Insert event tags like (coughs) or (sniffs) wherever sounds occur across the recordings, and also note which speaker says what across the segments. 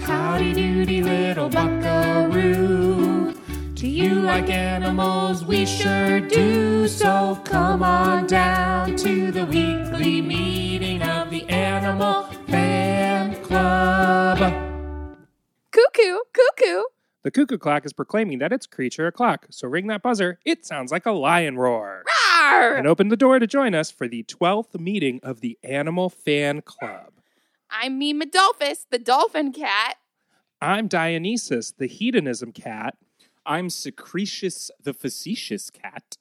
Speaker 1: howdy doody little buckaroo. To you like animals, we sure do. So come on down to the weekly meeting of the Animal Fan Club.
Speaker 2: Cuckoo, cuckoo.
Speaker 3: The cuckoo clock is proclaiming that it's creature o'clock, so ring that buzzer. It sounds like a lion roar.
Speaker 2: Arr!
Speaker 3: And open the door to join us for the 12th meeting of the Animal Fan Club.
Speaker 2: I'm Mima Dolphus, the dolphin cat.
Speaker 3: I'm Dionysus, the hedonism cat.
Speaker 4: I'm Secretius the facetious cat.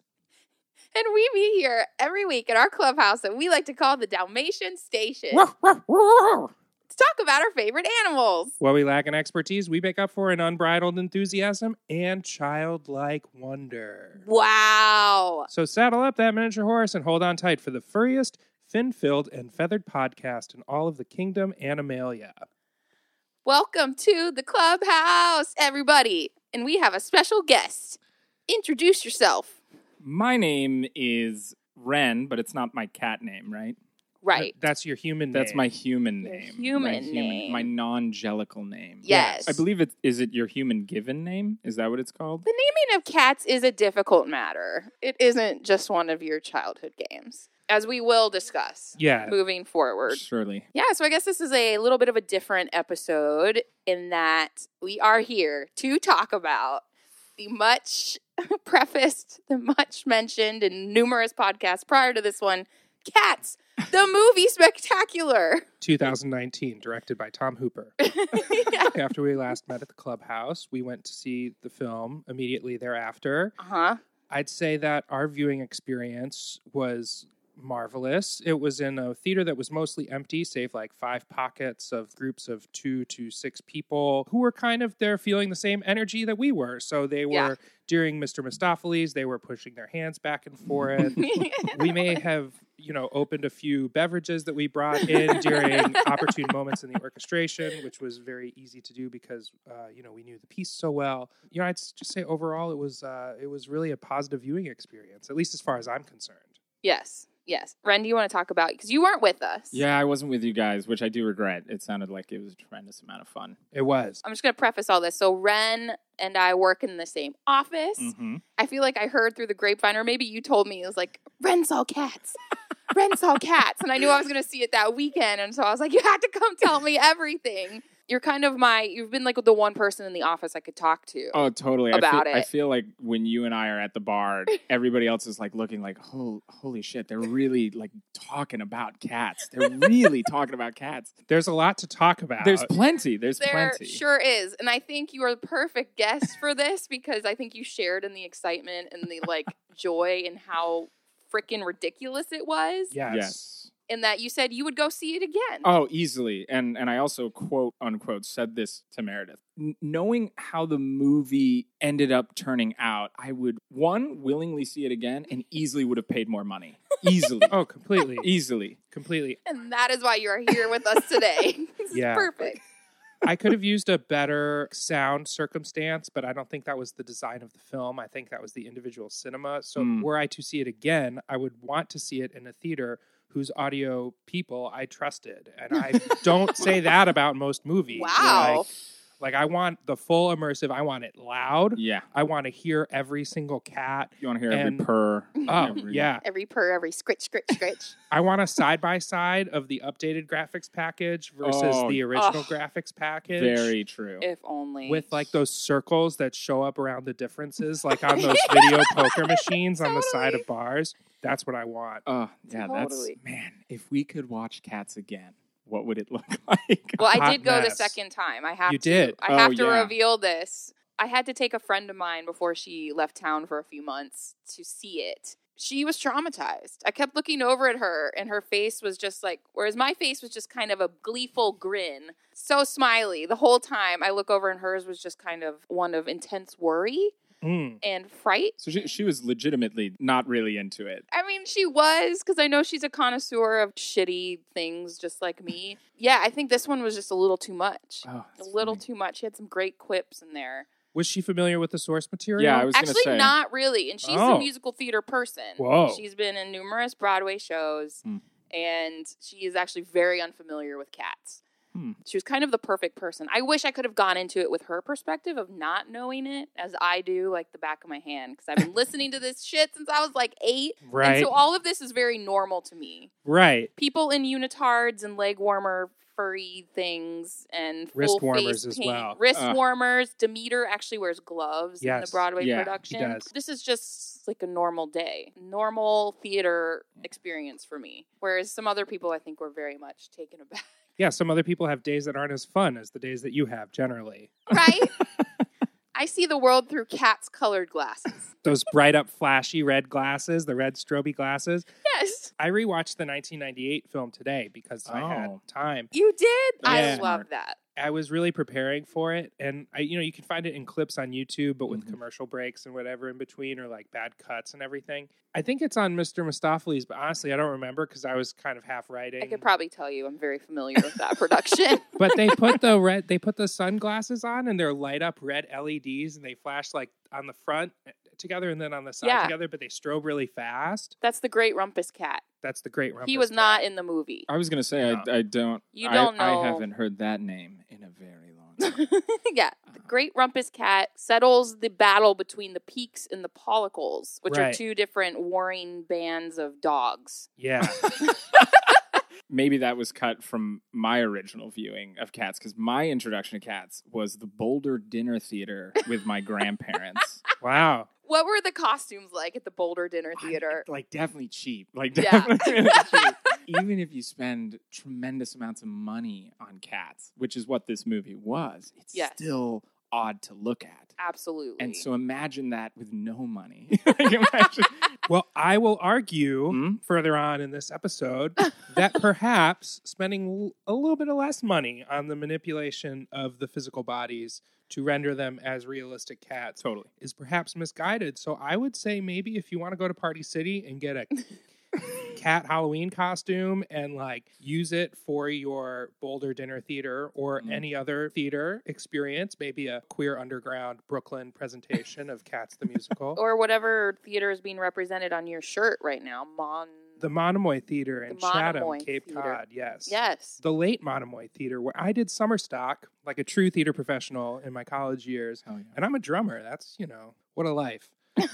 Speaker 2: And we meet here every week at our clubhouse that we like to call the Dalmatian Station
Speaker 3: Ruff, ruff, ruff.
Speaker 2: to talk about our favorite animals.
Speaker 3: What we lack in expertise, we make up for in unbridled enthusiasm and childlike wonder.
Speaker 2: Wow.
Speaker 3: So saddle up that miniature horse and hold on tight for the furriest, fin filled, and feathered podcast in all of the kingdom Animalia.
Speaker 2: Welcome to the clubhouse, everybody. And we have a special guest. Introduce yourself.
Speaker 4: My name is Ren, but it's not my cat name, right?
Speaker 2: Right.
Speaker 3: Th- That's your human
Speaker 4: That's
Speaker 3: name.
Speaker 4: my human
Speaker 2: Your
Speaker 4: name.
Speaker 2: human
Speaker 4: my
Speaker 2: name.
Speaker 4: My non-gelical name.
Speaker 2: Yes.
Speaker 4: I believe it is it your human given name? Is that what it's called?
Speaker 2: The naming of cats is a difficult matter. It isn't just one of your childhood games, as we will discuss
Speaker 3: Yeah.
Speaker 2: moving forward.
Speaker 4: Surely.
Speaker 2: Yeah, so I guess this is a little bit of a different episode in that we are here to talk about the much (laughs) prefaced, the much mentioned in numerous podcasts prior to this one, Cats, the movie spectacular.
Speaker 3: 2019, directed by Tom Hooper.
Speaker 2: (laughs) yeah.
Speaker 3: After we last met at the clubhouse, we went to see the film immediately thereafter.
Speaker 2: Uh-huh.
Speaker 3: I'd say that our viewing experience was marvelous. It was in a theater that was mostly empty, save like five pockets of groups of two to six people who were kind of there feeling the same energy that we were. So they were
Speaker 2: Yeah.
Speaker 3: during Mr. Mistopheles, they were pushing their hands back and forth. (laughs) we may have you know opened a few beverages that we brought in during opportune moments in the orchestration which was very easy to do because uh, you know we knew the piece so well you know i'd s- just say overall it was uh, it was really a positive viewing experience at least as far as i'm concerned
Speaker 2: (laughs) yes. Yes. Ren, do you want to talk about because you weren't with us.
Speaker 4: Yeah, I wasn't with you guys, which I do regret. It sounded like it was a tremendous amount of fun.
Speaker 3: it was
Speaker 2: I'm just going to preface all this. So Ren and I work in the same office.
Speaker 4: Mm-hmm.
Speaker 2: I feel like I heard through the grapevine, or maybe you told me it was like Ren saw cats, Ren
Speaker 4: (laughs)
Speaker 2: saw cats, and I knew I was going to see it that weekend, and so I was like, you had to come tell me everything. You're kind of my, you've been like the one person in the office I could talk to.
Speaker 4: Oh, totally.
Speaker 2: About
Speaker 4: I feel, I
Speaker 2: it.
Speaker 4: feel like when you and I are at
Speaker 2: (laughs)
Speaker 4: the bar, everybody else is like looking like, "Hol- holy shit, they're really like talking about cats. They're really talking about cats.
Speaker 3: there's a lot to talk about
Speaker 4: There's plenty. There's
Speaker 2: there
Speaker 4: plenty.
Speaker 2: sure is, and I think you are the perfect guest for this because I think you shared in the excitement and the like joy and how freaking ridiculous it was,
Speaker 3: yes,
Speaker 4: Yes.
Speaker 2: and that you said you would go see it again.
Speaker 4: Oh, easily. And and I also quote unquote said this to Meredith. N- knowing how the movie ended up turning out, I would one willingly see it again and easily would have paid more money.
Speaker 3: (laughs)
Speaker 4: Easily.
Speaker 3: oh completely
Speaker 4: easily.
Speaker 3: completely
Speaker 2: And that is why you are here with us today. (laughs) this
Speaker 3: Yeah.
Speaker 2: is perfect.
Speaker 3: I could have used a better sound circumstance, but I don't think that was the design of the film. I think that was the individual cinema. So,
Speaker 4: Mm.
Speaker 3: were I to see it again, I would want to see it in a theater whose audio people I trusted. And
Speaker 4: (laughs)
Speaker 3: I don't say that about most movies.
Speaker 2: Wow.
Speaker 3: Like, like, I want the full immersive, I want it loud.
Speaker 4: Yeah.
Speaker 3: I want to hear every single cat.
Speaker 4: You want to hear
Speaker 3: And-
Speaker 4: every purr.
Speaker 3: Oh,
Speaker 4: (laughs) every-
Speaker 3: yeah.
Speaker 2: Every purr, every scritch, scritch, scritch.
Speaker 3: I want a side by side of the updated graphics package versus
Speaker 4: Oh.
Speaker 3: the original
Speaker 2: Ugh.
Speaker 3: graphics package.
Speaker 4: Very true.
Speaker 2: if only.
Speaker 3: with like those circles that show up around the differences, like on (laughs) those video poker machines on the side
Speaker 2: Totally.
Speaker 3: of bars. That's what I want.
Speaker 4: Oh, yeah,
Speaker 2: Totally.
Speaker 4: that's man, if we could watch cats again, what would it (laughs) look like?
Speaker 2: well, I
Speaker 3: hot
Speaker 2: did go the
Speaker 3: mess.
Speaker 2: second time. I have
Speaker 3: You
Speaker 2: to.
Speaker 3: did.
Speaker 2: I have
Speaker 4: Oh,
Speaker 2: to
Speaker 4: yeah.
Speaker 2: reveal this. I had to take a friend of mine before she left town for a few months to see it. She was traumatized. I kept looking over at her, and her face was just like, whereas my face was just kind of a gleeful grin, so smiley the whole time. I look over, and hers was just kind of one of intense worry
Speaker 3: Mm.
Speaker 2: and fright.
Speaker 4: so she she was legitimately not really into it.
Speaker 2: I mean, she was because I know she's a connoisseur of shitty things, just like
Speaker 4: (laughs)
Speaker 2: me. Yeah, I think this one was just a little too much.
Speaker 4: Oh,
Speaker 2: A
Speaker 4: that's
Speaker 2: little
Speaker 4: funny.
Speaker 2: too much. She had some great quips in there.
Speaker 3: Was she familiar with the source material?
Speaker 4: Yeah, I was
Speaker 2: Actually,
Speaker 4: gonna say.
Speaker 2: not really. And she's
Speaker 3: Oh.
Speaker 2: a musical theater person.
Speaker 3: Whoa.
Speaker 2: She's been in numerous Broadway shows,
Speaker 4: Hmm.
Speaker 2: and she is actually very unfamiliar with cats.
Speaker 4: Hmm.
Speaker 2: She was kind of the perfect person. I wish I could have gone into it with her perspective of not knowing it as I do, like the back of my hand, because I've been listening to this shit since I was like eight.
Speaker 3: Right.
Speaker 2: And so all of this is very normal to me.
Speaker 3: right.
Speaker 2: People in unitards and leg warmer furry things and
Speaker 3: Wrist
Speaker 2: full
Speaker 3: warmers
Speaker 2: face
Speaker 3: as
Speaker 2: paint.
Speaker 3: well.
Speaker 2: Wrist
Speaker 4: Ugh.
Speaker 2: warmers. Demeter actually wears gloves in
Speaker 3: Yes.
Speaker 2: the Broadway
Speaker 4: Yeah, he
Speaker 2: production.
Speaker 3: does.
Speaker 2: This is just like a normal day, normal theater experience for me. Whereas some other people, I think, were very much
Speaker 3: (laughs)
Speaker 2: taken aback.
Speaker 3: Yeah, some other people have days that aren't as fun as the days that you have generally.
Speaker 2: right? I see the world through cat's colored glasses.
Speaker 3: (laughs) Those bright up, flashy red glasses, the red strobe glasses.
Speaker 2: Yes,
Speaker 3: I rewatched the 1998 film today because I had
Speaker 4: Oh.
Speaker 3: time.
Speaker 2: you did. I
Speaker 3: Yeah.
Speaker 2: love that.
Speaker 3: I was really preparing for it, and I, you know, you can find it in clips on YouTube, but with
Speaker 4: Mhm.
Speaker 3: commercial breaks and whatever in between, or like bad cuts and everything. I think it's on Mr. Mistopheles, but honestly, I don't remember because I was kind of half writing.
Speaker 2: I could probably tell you I'm very familiar with
Speaker 3: (laughs)
Speaker 2: that production.
Speaker 3: but they put
Speaker 2: (laughs)
Speaker 3: the red they put the sunglasses on and they're light up red LEDs and they flash like on the front eh, together and then on the side
Speaker 2: Yeah.
Speaker 3: together, but they strobe really fast.
Speaker 2: That's the great Rumpus Cat.
Speaker 3: That's the great rumpus.
Speaker 2: he was
Speaker 3: cat.
Speaker 2: not in the movie.
Speaker 4: I was gonna say I, I don't.
Speaker 2: You
Speaker 4: I-
Speaker 2: don't know.
Speaker 4: I haven't heard that name in a very
Speaker 2: (laughs)
Speaker 4: long time.
Speaker 2: yeah, the great Rumpus Cat settles the battle between the Peaks and the Pollicles, which are
Speaker 3: Right.
Speaker 2: two different warring bands of dogs.
Speaker 3: Yeah.
Speaker 4: Uh, Maybe that was cut from my original viewing of Cats because my introduction to Cats was the Boulder Dinner Theater with my grandparents.
Speaker 3: wow.
Speaker 2: What were the costumes like at (laughs) the Boulder Dinner Theater?
Speaker 4: like definitely cheap. Like
Speaker 2: Yeah. (laughs)
Speaker 4: definitely really cheap. Even if you spend tremendous amounts of money on Cats, which is what this movie was, it's
Speaker 2: Yes.
Speaker 4: still odd to look at.
Speaker 2: Absolutely.
Speaker 4: And so imagine that with no
Speaker 2: (laughs)
Speaker 4: money. (laughs) Like, imagine-
Speaker 3: Well, I will
Speaker 4: (laughs)
Speaker 3: argue
Speaker 4: Hmm?
Speaker 3: further on in this
Speaker 2: (laughs)
Speaker 3: episode that perhaps spending l- a little bit of less money on the manipulation of the physical bodies to render them as realistic cats
Speaker 4: totally.
Speaker 3: is perhaps misguided. So I would say maybe if you want to go to Party City and
Speaker 2: (laughs)
Speaker 3: get a cat Halloween costume and like use it for your Boulder Dinner Theater or
Speaker 2: Mm-hmm.
Speaker 4: Mm.
Speaker 3: any other theater experience, maybe a queer underground Brooklyn presentation of Cats
Speaker 2: (laughs)
Speaker 3: the Musical.
Speaker 2: or whatever theater is being represented on your shirt right now. Mon.
Speaker 3: The Monomoy Theater in
Speaker 2: The
Speaker 3: Chatham,
Speaker 2: Monomoy
Speaker 3: Cape
Speaker 2: Theater.
Speaker 3: Cod, yes.
Speaker 2: yes.
Speaker 3: The late Monomoy Theater, where I did summer stock like a true theater professional in my college years.
Speaker 4: Hell
Speaker 3: And I'm a drummer. That's, you know, what a life.
Speaker 4: yeah.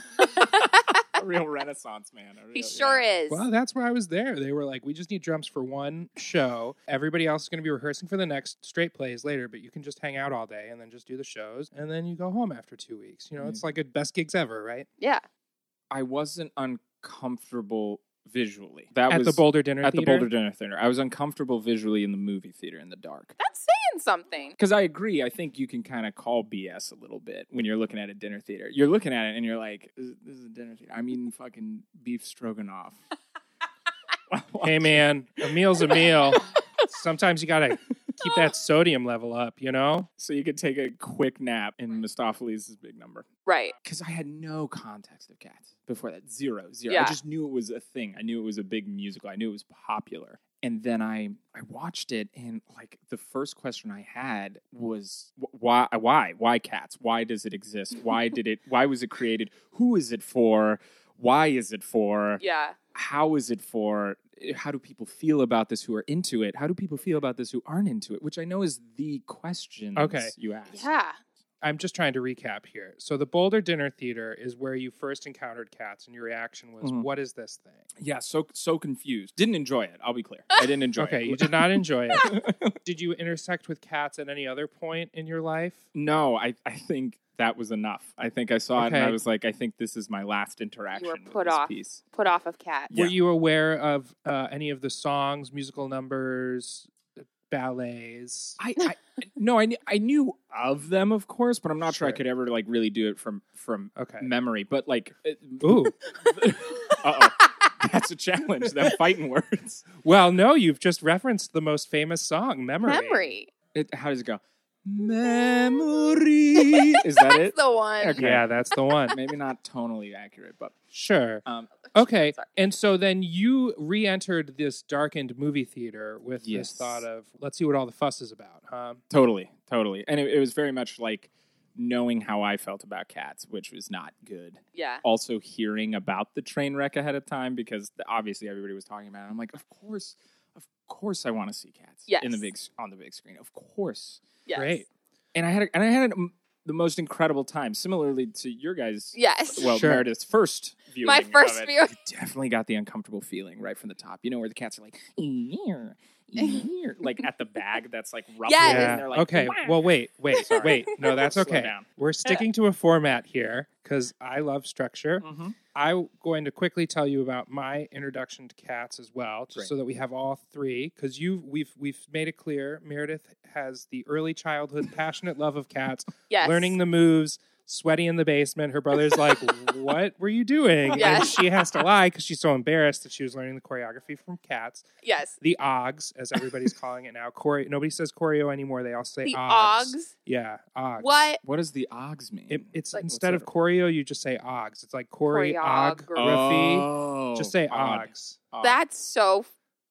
Speaker 4: A real renaissance man. a
Speaker 2: He
Speaker 4: real-
Speaker 2: sure
Speaker 4: yeah.
Speaker 2: is.
Speaker 3: Well, that's where I was there. They were like, we just need drums for one show. Everybody else is going to be rehearsing for the next straight plays later, but you can just hang out all day and then just do the shows. And then you go home after two weeks. You know, it's
Speaker 4: Amazing.
Speaker 3: like a best gigs ever, right?
Speaker 2: yeah.
Speaker 4: I wasn't uncomfortable visually. That
Speaker 3: at
Speaker 4: was
Speaker 3: the Boulder Dinner
Speaker 4: at
Speaker 3: Theater.
Speaker 4: the Boulder Dinner Theater. I was uncomfortable visually in the movie theater in the dark.
Speaker 2: That's saying something.
Speaker 4: Because I agree, I think you can kind of call BS a little bit when you're looking at a dinner theater. You're looking at it and you're like, "This, this is a dinner theater. I'm eating fucking beef stroganoff."
Speaker 3: (laughs) Hey, man, a meal's a meal. Sometimes you got to keep that sodium level up, you know?
Speaker 4: (laughs) so you could take a quick nap in Mistopheles' big number.
Speaker 2: Right.
Speaker 4: Because I had no context of cats before that. Zero, zero.
Speaker 2: Yeah.
Speaker 4: I just knew it was a thing. I knew it was a big musical. I knew it was popular. And then I I watched it and like the first question I had was wh- why why why cats? Why does it exist?
Speaker 2: (laughs)
Speaker 4: Why did it why was it created? Who is it for? Why is it for?
Speaker 2: Yeah.
Speaker 4: How is it for? How do people feel about this who are into it? How do people feel about this who aren't into it? Which I know is the question
Speaker 3: Okay.
Speaker 4: you asked.
Speaker 2: Yeah.
Speaker 3: I'm just trying to recap here. So, the Boulder Dinner Theater is where you first encountered cats, and your reaction was,
Speaker 4: Mhm.
Speaker 3: "What is this thing?
Speaker 4: Yeah, so so confused. Didn't enjoy it. I'll be (laughs) clear. I didn't enjoy it.
Speaker 3: Okay, you did not enjoy it. did you intersect with cats at any other point in your life?
Speaker 4: No, I, I think that was enough. I think I saw it and
Speaker 3: Okay.
Speaker 4: I was like, I think this is my last interaction with
Speaker 2: put
Speaker 4: this
Speaker 2: off.
Speaker 4: piece.
Speaker 2: Put off of cat.
Speaker 4: Yeah.
Speaker 3: Were you aware of uh, any of the songs, musical numbers, uh, ballets?
Speaker 4: (laughs) I, I no, I knew, I knew of them, of course, but I'm not sure I
Speaker 3: Sure.
Speaker 4: could ever like really do it from from
Speaker 3: Okay.
Speaker 4: memory. But like, (laughs) uh
Speaker 3: Ooh.
Speaker 4: oh, that's a challenge. (laughs) Them fighting words.
Speaker 3: Well, no, you've just referenced the most famous song, Memory.
Speaker 2: (laughs) Memory.
Speaker 4: It, how does it go? Memory. (laughs) Is that it? (laughs)
Speaker 2: That's the one.
Speaker 4: Okay.
Speaker 3: Yeah, that's the one.
Speaker 4: (laughs) Maybe not tonally accurate, but
Speaker 3: Sure.
Speaker 4: um,
Speaker 3: Okay.
Speaker 2: Sorry.
Speaker 3: And so then you re entered this darkened movie theater with
Speaker 4: Yes.
Speaker 3: this thought of, let's see what all the fuss is about, huh?
Speaker 4: Totally, totally. And it, it was very much like knowing how I felt about cats, which was not good.
Speaker 2: Yeah.
Speaker 4: Also, hearing about the train wreck ahead of time because th- obviously everybody was talking about it. I'm like, of course, of course I want to see cats
Speaker 2: Yes.
Speaker 4: in the big s- on the big screen. Of course.
Speaker 2: Yes.
Speaker 3: Great.
Speaker 4: And I had a, and I had a, the most incredible time. Similarly to your guys,
Speaker 2: Yes.
Speaker 4: well,
Speaker 3: Sure.
Speaker 4: Meredith's first viewing.
Speaker 2: My
Speaker 4: of
Speaker 2: first
Speaker 4: it,
Speaker 2: view.
Speaker 4: I definitely got the uncomfortable feeling right from the top. You know where the cats are like,
Speaker 2: (laughs)
Speaker 4: "Ear, ear," like at the bag that's like ruffling.
Speaker 2: Yes.
Speaker 4: and
Speaker 3: Yeah.
Speaker 4: they're like,
Speaker 3: okay.
Speaker 4: "Wah."
Speaker 3: Well, wait, wait,
Speaker 4: (laughs) Sorry. Uh,
Speaker 3: wait. No, that's
Speaker 4: Slow
Speaker 3: okay.
Speaker 4: down.
Speaker 3: We're sticking to a format here because I love structure.
Speaker 2: Mm-hmm.
Speaker 4: Mhm.
Speaker 3: I'm going to quickly tell you about my introduction to cats as well, just
Speaker 4: Great.
Speaker 3: so that we have all three. Because you, we've we've made it clear Meredith has the early childhood passionate love of cats,
Speaker 2: Yes.
Speaker 3: learning the moves, sweaty in the basement. Her brother's
Speaker 2: (laughs)
Speaker 3: like, "What were you doing?" And
Speaker 2: Yes.
Speaker 3: she has to lie because she's so embarrassed that she was learning the choreography from cats.
Speaker 2: Yes.
Speaker 3: The ogs, as
Speaker 2: (laughs)
Speaker 3: everybody's calling it now, choreo. Nobody says choreo anymore. They all say
Speaker 2: The
Speaker 3: ogs.
Speaker 2: Oggs.
Speaker 3: Yeah, ogs.
Speaker 2: What?
Speaker 4: What does the ogs mean?
Speaker 3: It, it's
Speaker 2: Like-
Speaker 3: instead of choreo, you just say ogs. It's like choreography.
Speaker 2: Choreography.
Speaker 3: Just say
Speaker 4: Oh, odd.
Speaker 3: ogs.
Speaker 4: Odd.
Speaker 2: That's so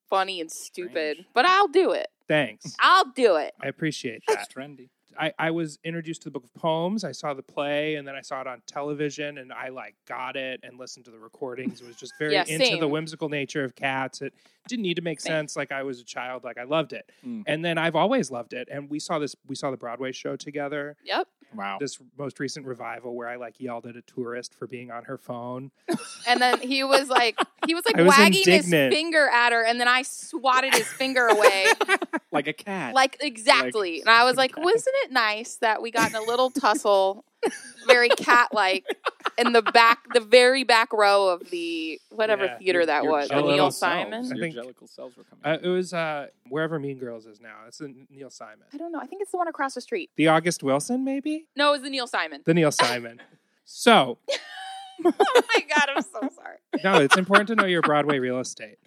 Speaker 2: funny and stupid,
Speaker 4: Strange.
Speaker 2: but I'll do it.
Speaker 3: Thanks.
Speaker 2: I'll do it.
Speaker 3: I appreciate that.
Speaker 4: It's trendy.
Speaker 3: I, I was introduced to the book of poems. I saw the play and then I saw it on television and I like got it and listened to the recordings. It was just very
Speaker 2: Yeah,
Speaker 3: into the
Speaker 2: same.
Speaker 3: whimsical nature of cats. It didn't need to make
Speaker 2: Same.
Speaker 3: sense. Like I was a child, like I loved it.
Speaker 4: Mm.
Speaker 3: And then I've always loved it. And we saw this we saw the Broadway show together.
Speaker 2: Yep.
Speaker 4: Hmm. Wow.
Speaker 3: this most recent revival where I like yelled at a tourist for being on her phone.
Speaker 2: And then he was like, he was like
Speaker 3: I was
Speaker 2: wagging
Speaker 3: indignant.
Speaker 2: his finger at her, and then I swatted his finger away,
Speaker 4: like a cat.
Speaker 2: like exactly. and I was like, wasn't it nice that we got in a little tussle, very cat-like, in the back, the very back row of the whatever
Speaker 3: Yeah,
Speaker 2: theater that
Speaker 4: Your
Speaker 2: was, the
Speaker 4: jellicle
Speaker 2: Neil
Speaker 3: selves.
Speaker 2: Simon.
Speaker 4: Cells.
Speaker 3: I
Speaker 4: Your
Speaker 3: think-
Speaker 4: jellicle cells were coming.
Speaker 3: Uh,
Speaker 4: out.
Speaker 3: it was uh, wherever Mean Girls is now. It's in Neil Simon.
Speaker 2: I don't know. I think it's the one across the street.
Speaker 3: The August Wilson, maybe?
Speaker 2: No, it was the Neil Simon. (laughs)
Speaker 3: The Neil Simon. so,
Speaker 2: oh my god, I'm so sorry.
Speaker 3: no, it's important to know your Broadway real
Speaker 2: (laughs)
Speaker 3: estate.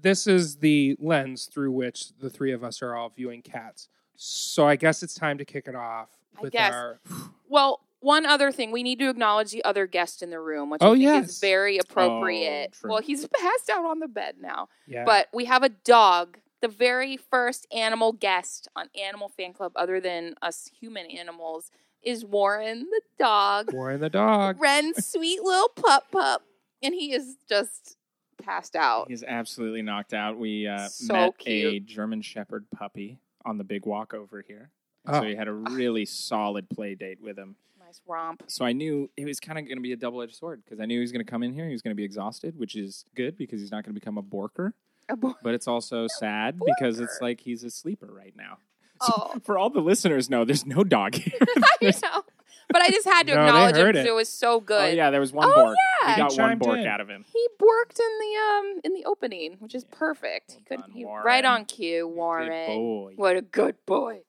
Speaker 3: This is the lens through which the three of us are all viewing cats. So I guess it's time to kick it off
Speaker 2: I
Speaker 3: with
Speaker 2: guess.
Speaker 3: our
Speaker 2: Well, one other thing, we need to acknowledge the other guest in the room, which
Speaker 3: Oh,
Speaker 2: I think
Speaker 3: yes.
Speaker 2: is very appropriate.
Speaker 4: true.
Speaker 2: well, he's (laughs) passed out on the bed now,
Speaker 3: yeah.
Speaker 2: but we have a dog, the very first animal guest on Animal Fan Club, other than us human animals, is Warren the dog.
Speaker 3: Warren the (laughs) dog.
Speaker 2: Ren's sweet little pup pup, and he is just passed out.
Speaker 4: He's absolutely knocked out. We uh,
Speaker 2: So
Speaker 4: met a
Speaker 2: cute.
Speaker 4: German Shepherd puppy on the big walk over here. And
Speaker 3: Oh.
Speaker 4: So we had a really solid play date with him.
Speaker 2: Nice romp. (laughs)
Speaker 4: So I knew it was kind of going to be a double edged sword because I knew he was going to come in here. He was going to be exhausted, which is good because he's not going to become a borker.
Speaker 3: (laughs)
Speaker 2: A (laughs) boy.
Speaker 4: But it's also sad because it's
Speaker 2: borker.
Speaker 4: like he's a sleeper right now.
Speaker 2: Oh,
Speaker 4: For all the listeners, know there's no dog here.
Speaker 2: I know. But I just had to
Speaker 3: No, they
Speaker 2: acknowledge it
Speaker 3: heard
Speaker 2: because
Speaker 3: it.
Speaker 2: it was so
Speaker 4: oh,
Speaker 2: good.
Speaker 4: yeah, there was one
Speaker 2: Oh,
Speaker 4: bork.
Speaker 2: yeah.
Speaker 4: We got
Speaker 3: He
Speaker 4: one
Speaker 3: chimed
Speaker 4: bork
Speaker 3: in.
Speaker 4: out of him.
Speaker 2: He worked in the um in the opening, which is perfect. He
Speaker 4: Well
Speaker 2: could
Speaker 4: done,
Speaker 2: he,
Speaker 4: Warren.
Speaker 2: right on cue,
Speaker 4: Good
Speaker 2: Warren.
Speaker 4: boy.
Speaker 2: What a good boy.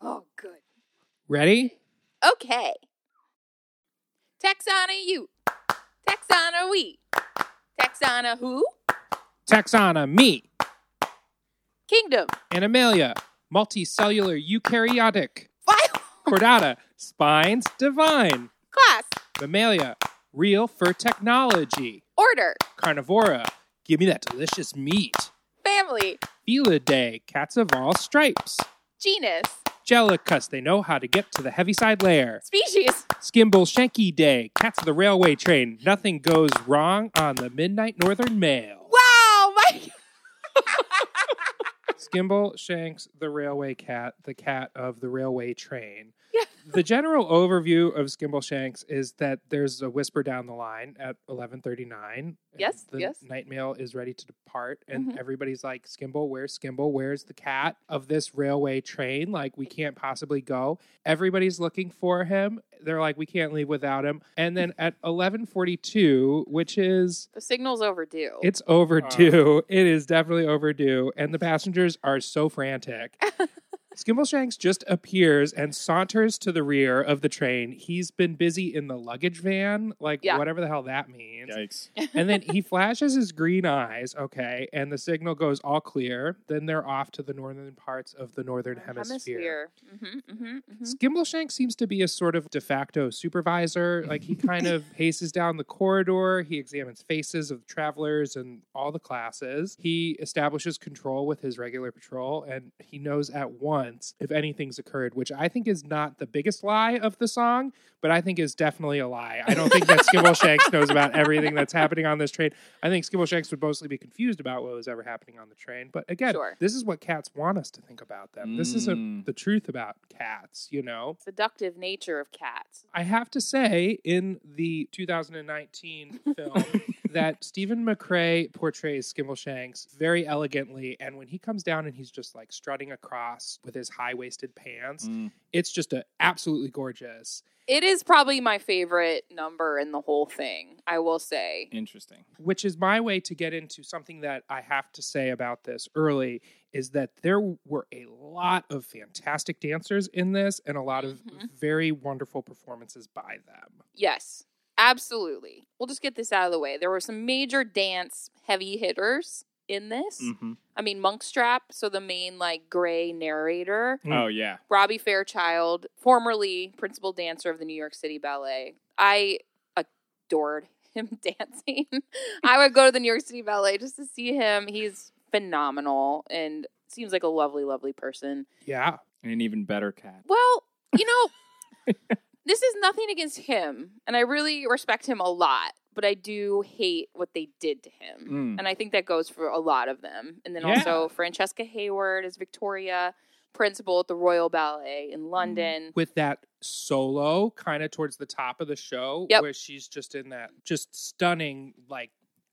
Speaker 2: Oh, good.
Speaker 3: Ready?
Speaker 2: Okay. Taxana you. Taxana we. Taxana who?
Speaker 3: Taxana me
Speaker 2: Kingdom.
Speaker 3: and Amelia. Multicellular eukaryotic.
Speaker 2: File
Speaker 3: Chordata, spines divine.
Speaker 2: (laughs) class.
Speaker 3: Mammalia, real for technology.
Speaker 2: Order.
Speaker 3: Carnivora, give me that delicious meat.
Speaker 2: Family.
Speaker 3: Felidae, cats of all stripes.
Speaker 2: Genus.
Speaker 3: Jellicus, they know how to get to the heaviside layer.
Speaker 2: Species.
Speaker 3: Skimble Shanky Day, cats of the railway train. Nothing goes wrong on the Midnight Northern Mail.
Speaker 2: Wow, my (laughs)
Speaker 3: Skimble Shanks, the railway cat, the cat of the railway train.
Speaker 2: (laughs) Yeah.
Speaker 3: the general overview of Skimble Shanks is that there's a whisper down the line at 11:39.
Speaker 2: Yes,
Speaker 3: the
Speaker 2: yes.
Speaker 3: Night mail is ready to depart, and
Speaker 2: Mhm.
Speaker 3: everybody's like, "Skimble, where's Skimble? Where's the cat of this railway train? Like, we can't possibly go." Everybody's looking for him. They're like, "We can't leave without him." And then at 11:42, which is
Speaker 2: The signal's overdue.
Speaker 3: it's overdue. it is definitely overdue. And the passengers are so (laughs) frantic. Skimble Shanks just appears and saunters to the rear of the train. He's been busy in the luggage van, like
Speaker 2: Yeah.
Speaker 3: whatever the hell that means.
Speaker 2: (laughs)
Speaker 4: Yikes.
Speaker 3: And then (laughs) he flashes his green eyes, okay, and the signal goes all clear. Then they're off to the northern parts of the northern hemisphere.
Speaker 2: Mm-hmm, hmm hmm
Speaker 3: Skimble Shanks seems to be a sort of de facto supervisor. Like he kind of
Speaker 2: (laughs)
Speaker 3: paces down the corridor. He examines faces of travelers and all the classes. He establishes control with his regular patrol, and he knows at once months if anything's occurred, which I think is not the biggest lie of the song, but I think is definitely a lie. I don't think that Skibble
Speaker 2: (laughs)
Speaker 3: Shanks knows about everything that's happening on this train. I think Skibble Shanks would mostly be confused about what was ever happening on the train. But again,
Speaker 2: Sure.
Speaker 3: this is what cats want us to think about them. This
Speaker 4: Mm.
Speaker 3: isn't the truth about cats, you know?
Speaker 2: Seductive nature of cats.
Speaker 3: I have to say, in the
Speaker 4: (laughs)
Speaker 3: 2019 film, that Stephen McRae portrays Skimbleshanks very elegantly. And when he comes down and he's just like strutting across with his high waisted pants,
Speaker 4: Mm.
Speaker 3: it's just a, absolutely gorgeous.
Speaker 2: It is probably my favorite number in the whole thing, I will say.
Speaker 4: Interesting.
Speaker 3: Which is my way to get into something that I have to say about this early is that there were a lot of fantastic dancers in this and a lot of
Speaker 2: Mhm.
Speaker 3: very wonderful performances by them.
Speaker 2: Yes, absolutely. We'll just get this out of the way. There were some major dance heavy hitters in this.
Speaker 4: hmm
Speaker 3: Mm-hmm.
Speaker 2: I mean, Monkstrap, so the main like gray narrator,
Speaker 3: Mm.
Speaker 4: Oh yeah.
Speaker 2: Robbie Fairchild, formerly principal dancer of the New York City Ballet. I adored (laughs) him dancing. I would go to the New York City Ballet just to see him. He's phenomenal and seems like a lovely, lovely person.
Speaker 3: Yeah.
Speaker 4: And an even better cat.
Speaker 2: Well, you know, (laughs) this is nothing against him, and I really respect him a lot, but I do hate what they did to him.
Speaker 4: Mm.
Speaker 2: And I think that goes for a lot of them. And then
Speaker 3: Yeah.
Speaker 2: also Francesca Hayward is Victoria, principal at the Royal Ballet
Speaker 4: Mm.
Speaker 2: in London.
Speaker 3: with that solo kind of towards the top of the show
Speaker 2: Yep.
Speaker 3: where she's just in that just stunning like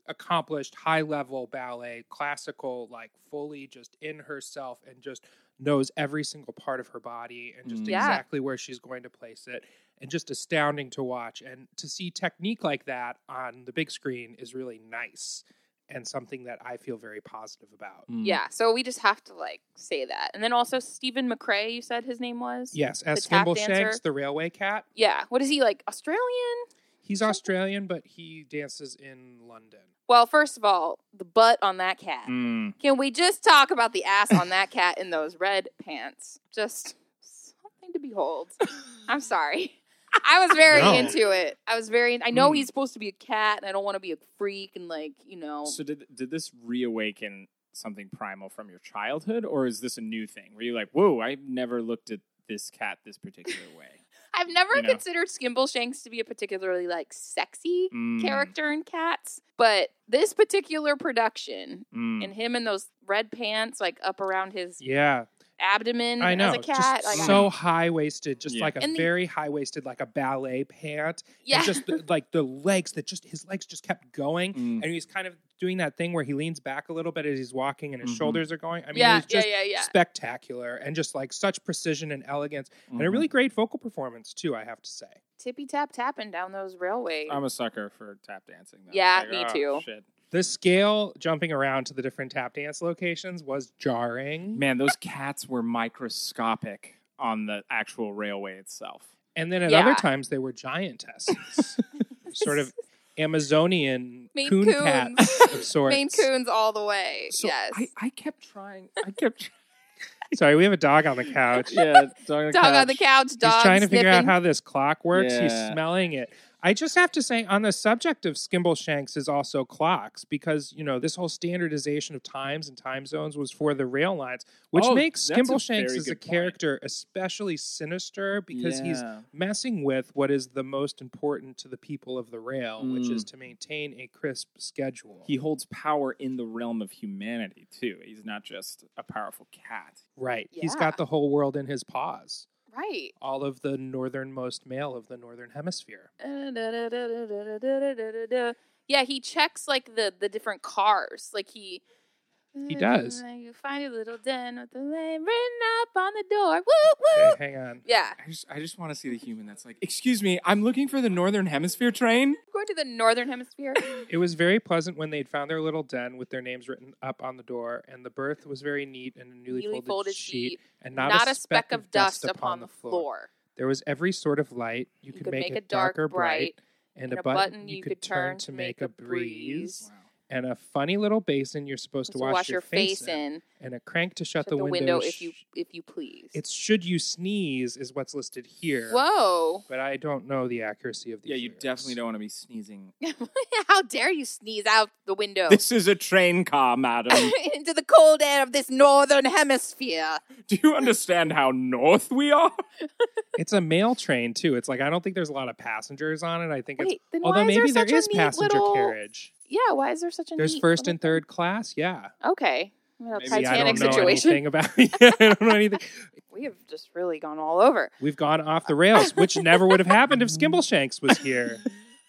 Speaker 3: accomplished high level ballet classical like fully just in herself and just knows every single part of her body and just
Speaker 4: Mm.
Speaker 2: Yeah.
Speaker 3: exactly where she's going to place it and just astounding to watch and to see technique like that on the big screen is really nice and something that I feel very positive about.
Speaker 4: Mm.
Speaker 2: Yeah, so we just have to like say that. And then also Stephen McRae, you said his name was?
Speaker 3: Yes, as
Speaker 2: The tap
Speaker 3: Skimbleshanks,
Speaker 2: dancer.
Speaker 3: the railway cat,
Speaker 2: Yeah. What is he like? Australian?
Speaker 3: he's Australian but he dances in London.
Speaker 2: Well, first of all, the butt on that cat.
Speaker 4: Mm.
Speaker 2: Can we just talk about the ass on that cat in those red pants? Just something to behold. I'm sorry. I was very
Speaker 3: No. Hmm.
Speaker 2: into it. I was very. I know
Speaker 4: Mm.
Speaker 2: he's supposed to be a cat, and I don't want to be a freak and like you know.
Speaker 4: So did did this reawaken something primal from your childhood, or is this a new thing? Were you like, whoa, I never looked at this cat
Speaker 2: (laughs)
Speaker 4: this particular way?
Speaker 2: I've never
Speaker 4: you know.
Speaker 2: considered Skimble Shanks to be a particularly like sexy
Speaker 3: Hmm.
Speaker 4: Mm,
Speaker 2: character in cats, but this particular production
Speaker 4: mm.
Speaker 3: Hmm.
Speaker 2: and him in those red pants, like up around his
Speaker 3: Yeah,
Speaker 2: abdomen
Speaker 3: I know.
Speaker 2: as a cat,
Speaker 3: just
Speaker 2: like I-
Speaker 3: so high waisted, just
Speaker 4: Yeah.
Speaker 3: like a
Speaker 2: And the-
Speaker 3: very high waisted, like a ballet pant.
Speaker 2: yeah,
Speaker 3: And
Speaker 2: (laughs)
Speaker 3: just the, like the legs that just his legs just kept going,
Speaker 4: Mm.
Speaker 3: and he's kind of doing that thing where he leans back a little bit as he's walking, and his
Speaker 4: Mhm.
Speaker 3: shoulders are going. I mean,
Speaker 2: yeah,
Speaker 3: it was just
Speaker 2: yeah, yeah, yeah.
Speaker 3: spectacular, and just like such precision and elegance, and a
Speaker 4: Mhm.
Speaker 3: really great vocal performance too. I have to say.
Speaker 2: Tippy tap tapping down those railways. (laughs)
Speaker 4: I'm a sucker for tap dancing. Though.
Speaker 2: Yeah,
Speaker 4: Like,
Speaker 2: me
Speaker 4: oh,
Speaker 2: too.
Speaker 4: Shit.
Speaker 3: The scale jumping around to the different tap dance locations was jarring.
Speaker 4: Man, those cats were microscopic on the actual railway itself.
Speaker 3: And then at
Speaker 2: Yeah.
Speaker 3: other times, they were
Speaker 4: (laughs)
Speaker 3: giantesses, sort
Speaker 2: (laughs)
Speaker 3: of Amazonian
Speaker 2: Maine
Speaker 3: coon
Speaker 2: coons. (laughs)
Speaker 3: cats of sorts.
Speaker 2: Maine Coons all the way. yes.
Speaker 4: I, Oh I kept trying. I
Speaker 2: (laughs)
Speaker 4: kept trying.
Speaker 3: Sorry, we have a dog on the couch.
Speaker 4: yeah, dog,
Speaker 2: dog on the couch, dog
Speaker 3: He's trying to
Speaker 2: sniffing.
Speaker 3: figure out how this clock works. He's
Speaker 4: Yeah.
Speaker 3: smelling it. I just have to say, on the subject of Skimbleshanks is also clocks because you know this whole standardization of times and time zones was for the rail lines, which
Speaker 4: Oh,
Speaker 3: makes
Speaker 4: that's a
Speaker 3: Skimbleshanks
Speaker 4: very
Speaker 3: as a
Speaker 4: good point.
Speaker 3: character especially sinister because he's
Speaker 4: Yeah.
Speaker 3: messing with what is the most important to the people of the rail, which
Speaker 4: Mm.
Speaker 3: is to maintain a crisp schedule.
Speaker 4: he holds power in the realm of humanity too. He's not just a powerful cat.
Speaker 3: right, he's
Speaker 2: Yeah.
Speaker 3: got the whole world in his paws.
Speaker 2: right. (laughs)
Speaker 3: All of the northernmost male of the northern hemisphere.
Speaker 2: Yeah, he checks like the the different cars. Like he
Speaker 3: He does.
Speaker 2: (laughs) You find a little den with the name written up on the door. Woo woo.
Speaker 3: Okay, hang on.
Speaker 2: Yeah,
Speaker 4: I just, I just want to see the human that's like, excuse me, I'm looking for the Northern Hemisphere train.
Speaker 2: going to the northern hemisphere.
Speaker 3: It was very pleasant when they'd found their little den with their names written up on the door, and the berth was very neat and a newly,
Speaker 2: Newly
Speaker 3: folded,
Speaker 2: folded
Speaker 3: sheet,
Speaker 2: sheet,
Speaker 3: and
Speaker 2: Not, a speck, of dust upon the floor.
Speaker 3: There was every sort of light. You, could, make, it dark or bright, and, a button, you could turn to make a breeze. and a funny little basin you're supposed to
Speaker 2: So
Speaker 3: wash,
Speaker 2: your face in.
Speaker 3: and a crank to shut,
Speaker 2: Shut the window if
Speaker 3: Sh-
Speaker 2: you if you please.
Speaker 3: It's should you sneeze is what's listed here.
Speaker 2: Whoa.
Speaker 3: But I don't know the accuracy of these.
Speaker 4: Yeah, you
Speaker 3: lyrics.
Speaker 4: definitely don't want to be sneezing.
Speaker 2: (laughs) How dare you sneeze out the window
Speaker 4: This is a train car, madam.
Speaker 2: (laughs) into the cold air of this northern hemisphere?
Speaker 4: Do you understand how north we are?
Speaker 3: It's a mail train too. It's like I don't think there's a lot of passengers on it. I think it's
Speaker 2: Wait, then why
Speaker 3: although
Speaker 2: is
Speaker 3: maybe
Speaker 2: there
Speaker 3: there
Speaker 2: such a
Speaker 3: is
Speaker 2: neat
Speaker 3: passenger
Speaker 2: little-
Speaker 3: carriage.
Speaker 2: Yeah, why is there such a
Speaker 3: There's
Speaker 2: neat
Speaker 3: first
Speaker 2: little-
Speaker 3: and third class. Yeah.
Speaker 2: Okay. Well,
Speaker 4: Maybe
Speaker 3: See, I
Speaker 2: Titanic
Speaker 3: don't know
Speaker 2: situation. (laughs)
Speaker 3: anything (laughs) about. Yeah, I don't know anything.
Speaker 2: We have just really gone all over.
Speaker 3: We've gone off the rails, which never would have happened if Skimbleshanks was here.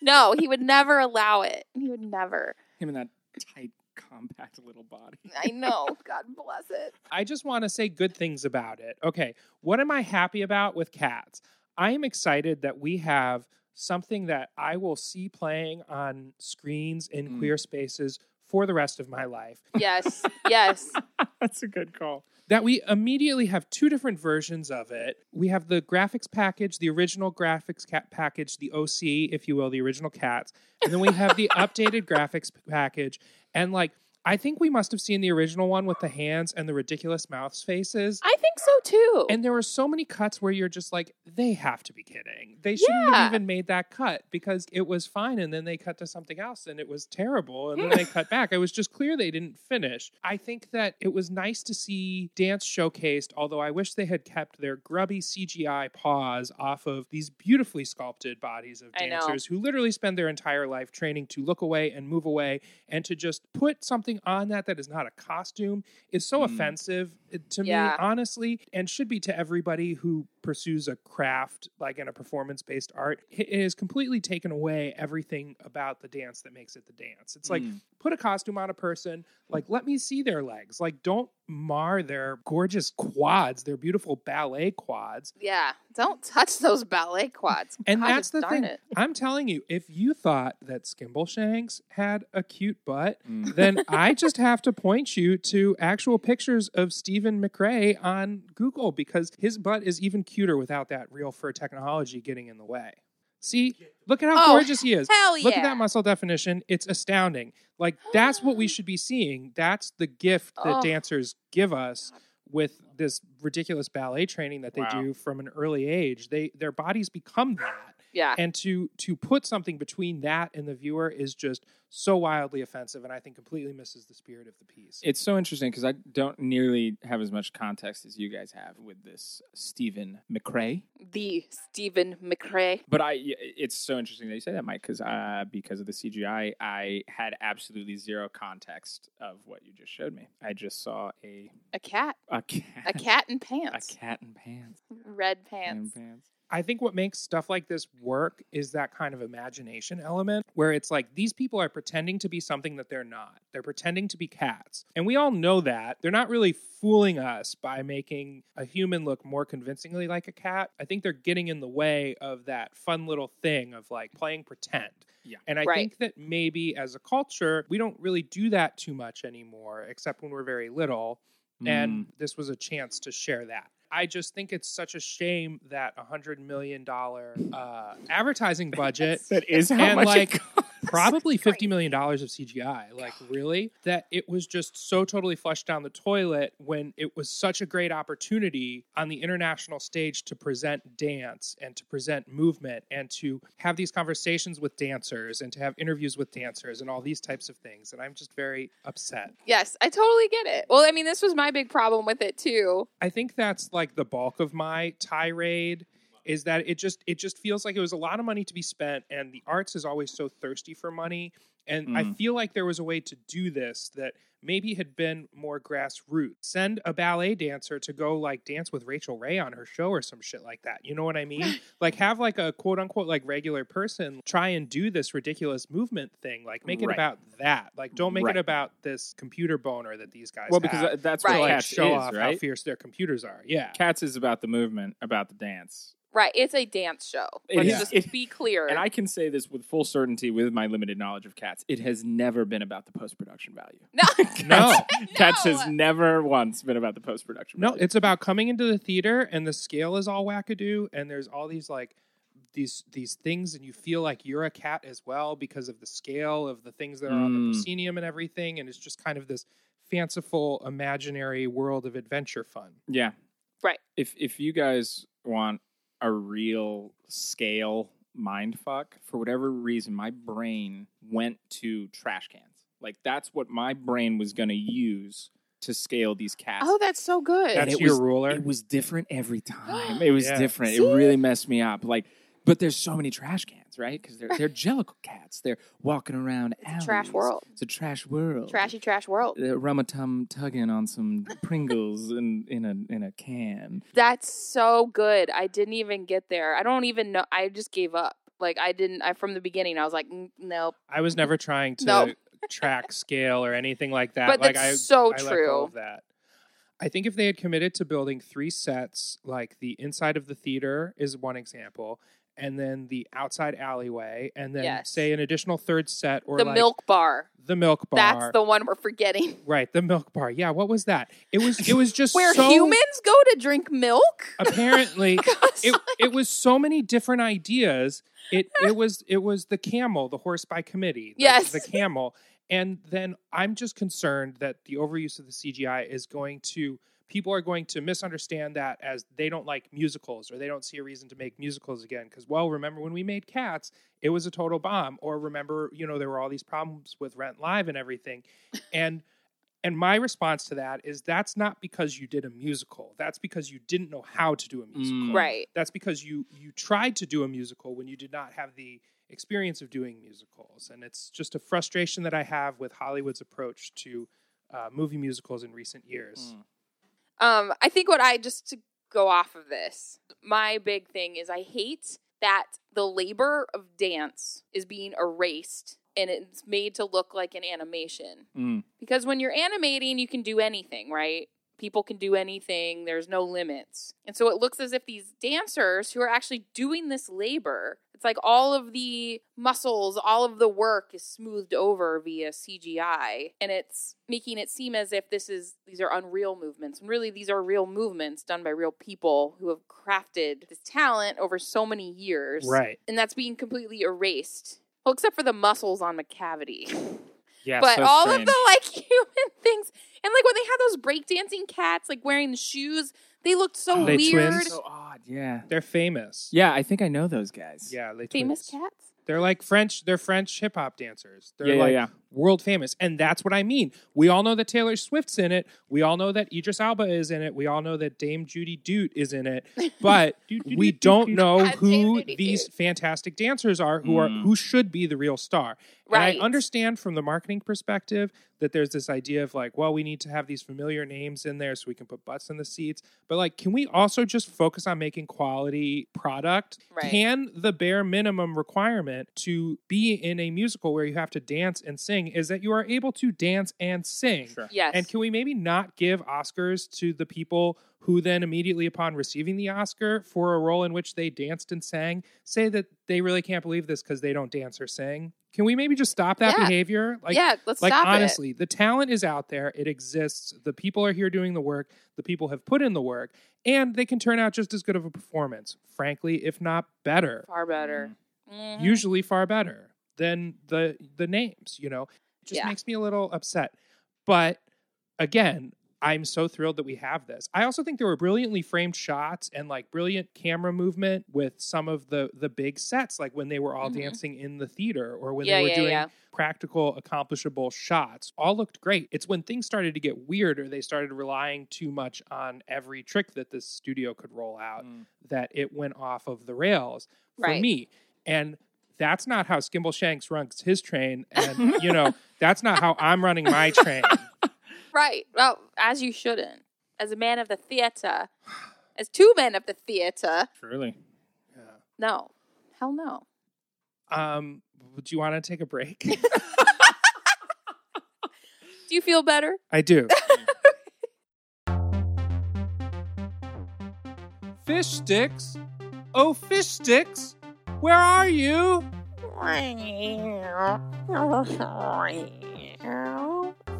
Speaker 2: No, he would never allow it. He would never.
Speaker 4: Him and that tight, compact little body.
Speaker 2: I know. (laughs) God bless it.
Speaker 3: I just want to say good things about it. Okay, what am I happy about with cats? I am excited that we have something that I will see playing on screens in
Speaker 4: Mm.
Speaker 3: queer spaces for the rest of my life.
Speaker 2: Yes. Yes.
Speaker 4: (laughs) That's a good call.
Speaker 3: That we immediately have two different versions of it. We have the graphics package, the original graphics cat package, the OC, if you will, the original cats. And then we have the updated graphics package. And like, I think we must have seen the original one with the hands and the ridiculous mouth faces.
Speaker 2: I think so too.
Speaker 3: And there were so many cuts where you're just like, they have to be kidding. They shouldn't
Speaker 2: Yeah.
Speaker 3: have even made that cut because it was fine. And then they cut to something else and it was terrible. And then they cut back. It was just clear they didn't finish. I think that it was nice to see dance showcased, although I wish they had kept their grubby CGI paws off of these beautifully sculpted bodies of
Speaker 2: I know.
Speaker 3: dancers who literally spend their entire life training to look away and move away. And to just put something on that that is not a costume is so
Speaker 4: Mm.
Speaker 3: offensive eh, to me,
Speaker 2: Yeah.
Speaker 3: honestly, and should be to everybody who pursues a craft like in a performance based art. It has completely taken away everything about the dance that makes it the dance. It's like put a costume on a person, like let me see their legs, like don't mar their gorgeous quads, their beautiful ballet quads.
Speaker 2: yeah. Don't touch those ballet quads.
Speaker 3: And
Speaker 2: God
Speaker 3: that's the
Speaker 2: darn
Speaker 3: thing.
Speaker 2: It.
Speaker 3: I'm telling you, if you thought that Skimbleshanks had a cute butt,
Speaker 4: Mm.
Speaker 3: then I just have to point you to actual pictures of Stephen McRae on Google because his butt is even cuter without that real fur technology getting in the way. See, look at how
Speaker 2: Oh,
Speaker 3: gorgeous he is.
Speaker 2: Hell yeah.
Speaker 3: Look at that muscle definition. It's astounding. Like, that's what we should be seeing. That's the gift that
Speaker 2: Oh.
Speaker 3: dancers give us with this ridiculous ballet training that they
Speaker 4: Wow.
Speaker 3: do from an early age. They their bodies become that
Speaker 2: yeah.
Speaker 3: and to to put something between that and the viewer is just so wildly offensive and i think completely misses the spirit of the piece
Speaker 4: It's so interesting because I don't nearly have as much context as you guys have with this Stephen McRae.
Speaker 2: The Stephen McRae.
Speaker 4: But I, it's so interesting that you say that, Mike, because uh, because of the CGI, I had absolutely zero context of what you just showed me. I just saw a
Speaker 2: A cat.
Speaker 4: (laughs) a cat,
Speaker 2: A cat in
Speaker 4: a
Speaker 2: pants.
Speaker 4: cat in pants,
Speaker 2: Red
Speaker 4: In
Speaker 2: pants.
Speaker 4: pants.
Speaker 3: i think what makes stuff like this work is that kind of imagination element where it's like these people are pretending to be something that they're not they're pretending to be cats and we all know that they're not really fooling us by making a human look more convincingly like a cat i think they're getting in the way of that fun little thing of like playing pretend And I
Speaker 2: Right.
Speaker 3: think that maybe as a culture, we don't really do that too much anymore, except when we're very little.
Speaker 4: Mm.
Speaker 3: And this was a chance to share that. I just think it's such a shame that a hundred million dollar uh, advertising budget,
Speaker 4: that is how
Speaker 3: And,
Speaker 4: much (laughs)
Speaker 3: like,
Speaker 4: it cost.
Speaker 3: (laughs) probably fifty million dollars of CGI, like really, that it was just so totally flushed down the toilet when it was such a great opportunity on the international stage to present dance and to present movement and to have these conversations with dancers and to have interviews with dancers and all these types of things. And I'm just very upset.
Speaker 2: Yes, I totally get it. Well, I mean, this was my big problem with it too.
Speaker 3: I think that's like the bulk of my tirade is that it just it just feels like it was a lot of money to be spent and the arts is always so thirsty for money and I
Speaker 4: Mm.
Speaker 3: feel like there was a way to do this that maybe had been more grassroots. Send a ballet dancer to go like dance with Rachel Ray on her show or some shit like that. You know what I mean? like have like a quote unquote like regular person try and do this ridiculous movement thing. Like make it
Speaker 4: Right.
Speaker 3: about that. Like don't make
Speaker 4: Right.
Speaker 3: it about this computer boner that these guys
Speaker 4: Well,
Speaker 3: have
Speaker 4: because uh, that's
Speaker 2: Right.
Speaker 3: to,
Speaker 4: what
Speaker 3: like
Speaker 4: cats
Speaker 3: show
Speaker 4: is,
Speaker 3: off how
Speaker 4: right?
Speaker 3: fierce their computers are. Yeah.
Speaker 4: Cats is about the movement, about the dance.
Speaker 2: Right, it's a dance show.
Speaker 4: It
Speaker 2: Let's
Speaker 4: is.
Speaker 2: just
Speaker 4: It-
Speaker 2: be clear.
Speaker 4: And I can say this with full certainty with my limited knowledge of cats. It has never been about the post production value.
Speaker 3: (laughs)
Speaker 2: (laughs) no,
Speaker 3: No.
Speaker 4: Cats has never once been about the post production
Speaker 3: No,
Speaker 4: value.
Speaker 3: it's about coming into the theater and the scale is all wackadoo and there's all these like these these things and you feel like you're a cat as well because of the scale of the things that are on
Speaker 4: Mm.
Speaker 3: the proscenium and everything and it's just kind of this fanciful imaginary world of adventure fun
Speaker 4: Yeah.
Speaker 2: Right.
Speaker 4: If if you guys want a real scale mind fuck, for whatever reason, my brain went to trash cans. Like that's what my brain was gonna use to scale these cats.
Speaker 2: Oh, that's so good.
Speaker 3: that's
Speaker 4: it
Speaker 3: your
Speaker 4: was-
Speaker 3: ruler
Speaker 4: it was different every time. It was
Speaker 3: Yeah.
Speaker 4: different.
Speaker 2: See?
Speaker 4: It really messed me up. Like, but there's so many trash cans, right? Because they're
Speaker 2: (laughs)
Speaker 4: they're jellicle cats. They're walking around.
Speaker 2: a trash
Speaker 4: alleys.
Speaker 2: world.
Speaker 4: It's a trash
Speaker 2: (laughs)
Speaker 4: world
Speaker 2: Trashy trash world.
Speaker 4: uh, rumatum tugging on some Pringles in in a in a can.
Speaker 2: That's so good. I didn't even get there. I don't even know. I just gave up. Like I didn't. I from the beginning, I was like, "Mm, nope.
Speaker 3: i was never trying to
Speaker 2: No.
Speaker 3: track scale or anything like that
Speaker 2: But
Speaker 3: like
Speaker 2: that's
Speaker 3: i
Speaker 2: so
Speaker 3: I like all
Speaker 2: true.
Speaker 3: of that. I think if they had committed to building three sets, like the inside of the theater is one example, and then the outside alleyway, and then
Speaker 2: Yes.
Speaker 3: say an additional third set or
Speaker 2: the
Speaker 3: like
Speaker 2: milk bar.
Speaker 3: the milk bar.
Speaker 2: That's the one we're forgetting. (laughs)
Speaker 3: right, the milk bar. Yeah, what was that? It was it was just
Speaker 2: Where
Speaker 3: so
Speaker 2: humans go to drink milk. (laughs)
Speaker 3: apparently
Speaker 2: Because-
Speaker 3: it
Speaker 2: (laughs)
Speaker 3: it was so many different ideas. It it was it was the camel, the horse by committee. the-
Speaker 2: Yes.
Speaker 3: the camel. And then I'm just concerned that the overuse of the CGI is going to people are going to misunderstand that as they don't like musicals or they don't see a reason to make musicals again because well remember when we made cats it was a total bomb or remember you know there were all these problems with rent live and everything and and my response to that is that's not because you did a musical that's because you didn't know how to do a musical
Speaker 4: Mm.
Speaker 2: right.
Speaker 3: that's because you you tried to do a musical when you did not have the experience of doing musicals and it's just a frustration that i have with hollywood's approach to uh, movie musicals in recent years
Speaker 4: Hmm.
Speaker 2: Um, I think what I just to go off of this, my big thing is I hate that the labor of dance is being erased and it's made to look like an animation.
Speaker 4: Mm.
Speaker 2: Because when you're animating, you can do anything, right? People can do anything, there's no limits. And so it looks as if these dancers who are actually doing this labor, it's like all of the muscles, all of the work is smoothed over via CGI. And it's making it seem as if this is these are unreal movements. And really these are real movements done by real people who have crafted this talent over so many years.
Speaker 3: right
Speaker 2: And that's being completely erased. Well, except for the muscles on McCavity.
Speaker 3: yeah
Speaker 2: but
Speaker 4: so
Speaker 2: all of
Speaker 4: strange.
Speaker 2: the like (laughs) human things and like when they had those breakdancing cats like wearing the shoes they looked so
Speaker 3: They
Speaker 2: weird
Speaker 3: twins?
Speaker 4: So odd. Yeah.
Speaker 3: they're famous
Speaker 4: Yeah, I think I know those guys.
Speaker 3: yeah they
Speaker 2: famous
Speaker 3: twins.
Speaker 2: cats
Speaker 3: they're like french they're french hip-hop dancers they're
Speaker 4: Yeah, yeah,
Speaker 3: like
Speaker 4: (laughs) yeah.
Speaker 3: world famous and that's what i mean we all know that taylor swift's in it we all know that idris alba is in it we all know that dame judy Dute is in it
Speaker 2: (laughs)
Speaker 3: but we don't know
Speaker 2: Dame
Speaker 3: who
Speaker 2: Judi
Speaker 3: these
Speaker 2: Dute.
Speaker 3: fantastic dancers are who are
Speaker 4: Mm.
Speaker 3: who should be the real star
Speaker 2: Right.
Speaker 3: and i understand from the marketing perspective that there's this idea of like well we need to have these familiar names in there so we can put butts in the seats but like can we also just focus on making quality product
Speaker 2: Right.
Speaker 3: can the bare minimum requirement to be in a musical where you have to dance and sing is that you are able to dance and sing
Speaker 4: Sure.
Speaker 2: yes
Speaker 3: and can we maybe not give Oscars to the people who then immediately upon receiving the Oscar for a role in which they danced and sang say that they really can't believe this because they don't dance or sing? Can we maybe just stop that
Speaker 2: Yeah.
Speaker 3: behavior? Like,
Speaker 2: yeah let's
Speaker 3: like
Speaker 2: stop
Speaker 3: honestly, the talent is out there. It exists. The people are here doing the work. The people have put in the work, and they can turn out just as good of a performance, frankly, if not better.
Speaker 2: it far better Mhm.
Speaker 3: Mm. Usually far better than the the names, you know. It just
Speaker 2: Yeah.
Speaker 3: makes me a little upset. But again, I'm so thrilled that we have this. I also think there were brilliantly framed shots and like brilliant camera movement with some of the the big sets, like when they were all
Speaker 2: Mhm.
Speaker 3: dancing in the theater or when
Speaker 2: yeah
Speaker 3: they were
Speaker 2: yeah
Speaker 3: doing
Speaker 2: yeah
Speaker 3: practical, accomplishable shots all looked great. It's when things started to get weird or they started relying too much on every trick that the studio could roll out
Speaker 4: Mm.
Speaker 3: that it went off of the rails for
Speaker 2: Right.
Speaker 3: me. And that's not how Skimble Shanks runs his train. And, you know, that's not how I'm running my train.
Speaker 2: right well as you shouldn't as a man of
Speaker 3: (sighs)
Speaker 2: the theater as two men of the theater
Speaker 4: Truly.
Speaker 2: no hell no
Speaker 3: Um, do you want to take a break?
Speaker 2: do you feel better
Speaker 3: I do. fish sticks? Oh, fish sticks! Where are you?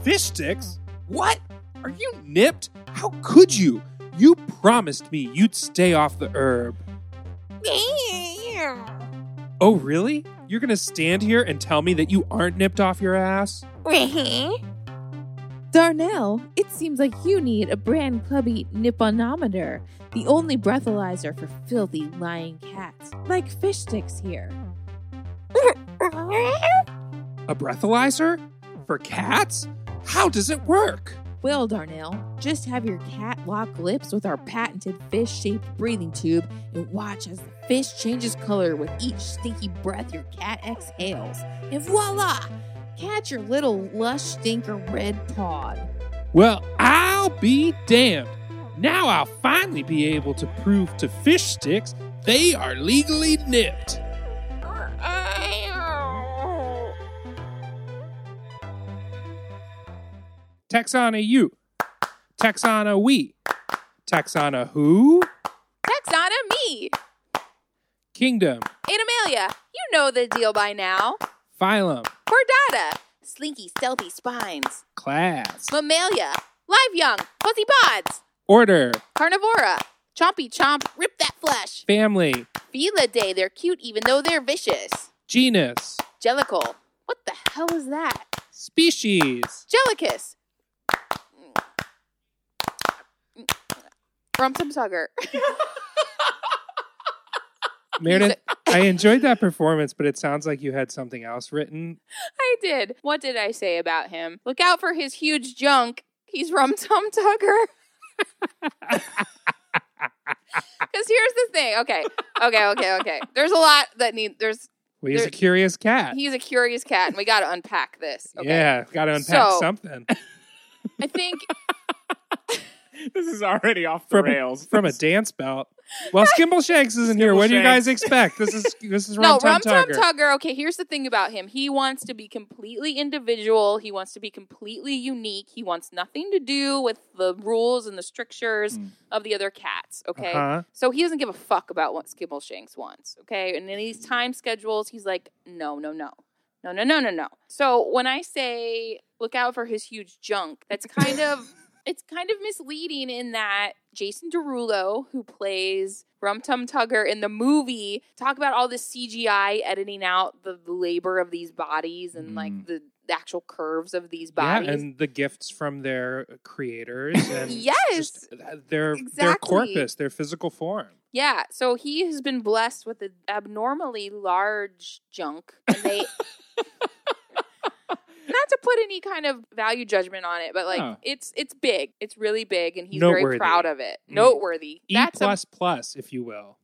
Speaker 3: Fish sticks? What? Are you nipped? How could you? You promised me you'd stay off the herb. Oh, really? You're gonna stand here and tell me that you aren't nipped off your ass?
Speaker 5: Mm-hmm. Darnell, it seems like you need a brand clubby nipponometer, the only breathalyzer for filthy, lying cats, like fish sticks here.
Speaker 3: A breathalyzer? For cats? How does it work?
Speaker 5: Well, Darnell, just have your cat lock lips with our patented fish shaped breathing tube and watch as the fish changes color with each stinky breath your cat exhales. And voila! Catch your little lush stinker red pod.
Speaker 3: Well, I'll be damned. Now I'll finally be able to prove to fish sticks they are legally nipped. Texana you. Texana we. Texana who?
Speaker 2: Taxana me,
Speaker 3: Kingdom.
Speaker 2: Animalia. You know the deal by now.
Speaker 3: Phylum.
Speaker 2: Chordata. Slinky, stealthy spines.
Speaker 3: Class.
Speaker 2: Mammalia. Live young. Fuzzy pods.
Speaker 3: Order.
Speaker 2: Carnivora. Chompy chomp. Rip that flesh.
Speaker 3: Family.
Speaker 2: Felidae. They're cute even though they're vicious.
Speaker 3: Genus.
Speaker 2: Jellicle. What the hell is that? (laughs)
Speaker 3: Species.
Speaker 2: Jellicus. Rumsum Tugger.
Speaker 3: Meredith, I enjoyed that performance, but it sounds like you had something else written.
Speaker 2: I did. What did I say about him? Look out for his huge junk. He's Rum Tum Tugger. (laughs) Because here's the thing. Okay. Okay. Okay. Okay. There's a lot that need. There's.
Speaker 3: Well, he's a
Speaker 2: There-
Speaker 3: curious cat.
Speaker 2: He's a curious cat, and we got to unpack this. Okay.
Speaker 3: Yeah, gotta unpack
Speaker 2: So-
Speaker 3: something.
Speaker 2: I think
Speaker 4: (laughs) This is already off the
Speaker 3: From-
Speaker 4: rails.
Speaker 2: (laughs)
Speaker 3: from a dance belt. Well, Skimble Shanks isn't here. What do you guys
Speaker 4: Shanks.
Speaker 3: expect? This is this is
Speaker 2: (laughs) no,
Speaker 3: (laughs) Rum
Speaker 2: Rum
Speaker 3: Tum
Speaker 2: Tum
Speaker 3: Tugger.
Speaker 2: Tugger. Okay, here's the thing about him. He wants to be completely individual. He wants to be completely unique. He wants nothing to do with the rules and the strictures
Speaker 4: Mm.
Speaker 2: of the other cats. Okay.
Speaker 3: Uh-huh.
Speaker 2: So he doesn't give a fuck about what Skibble Shanks wants. Okay. And in these time schedules, he's like, no, no, no. No, no, no, no, no. So when I say look out for his huge junk, that's
Speaker 3: (laughs)
Speaker 2: kind of it's kind of misleading in that Jason Derulo, who plays Rum Tum Tugger in the movie, talk about all this CGI editing out the labor of these bodies and like
Speaker 4: Mm.
Speaker 2: the, the actual curves of these
Speaker 3: Mm-hmm. Yeah,
Speaker 2: bodies.
Speaker 3: and the gifts from their
Speaker 2: (laughs)
Speaker 3: creators and
Speaker 2: Yes.
Speaker 3: just uh, their their
Speaker 2: Exactly.
Speaker 3: corpus, their physical form.
Speaker 2: Yeah, so he has been blessed with an abnormally large junk. And they not to put any kind of value judgment on it, but like
Speaker 4: Huh.
Speaker 2: it's it's big. It's really big, and he's very
Speaker 3: Noteworthy.
Speaker 2: proud of it.
Speaker 3: Mm.
Speaker 2: Noteworthy.
Speaker 3: E
Speaker 2: That's a,
Speaker 3: plus plus, if you will.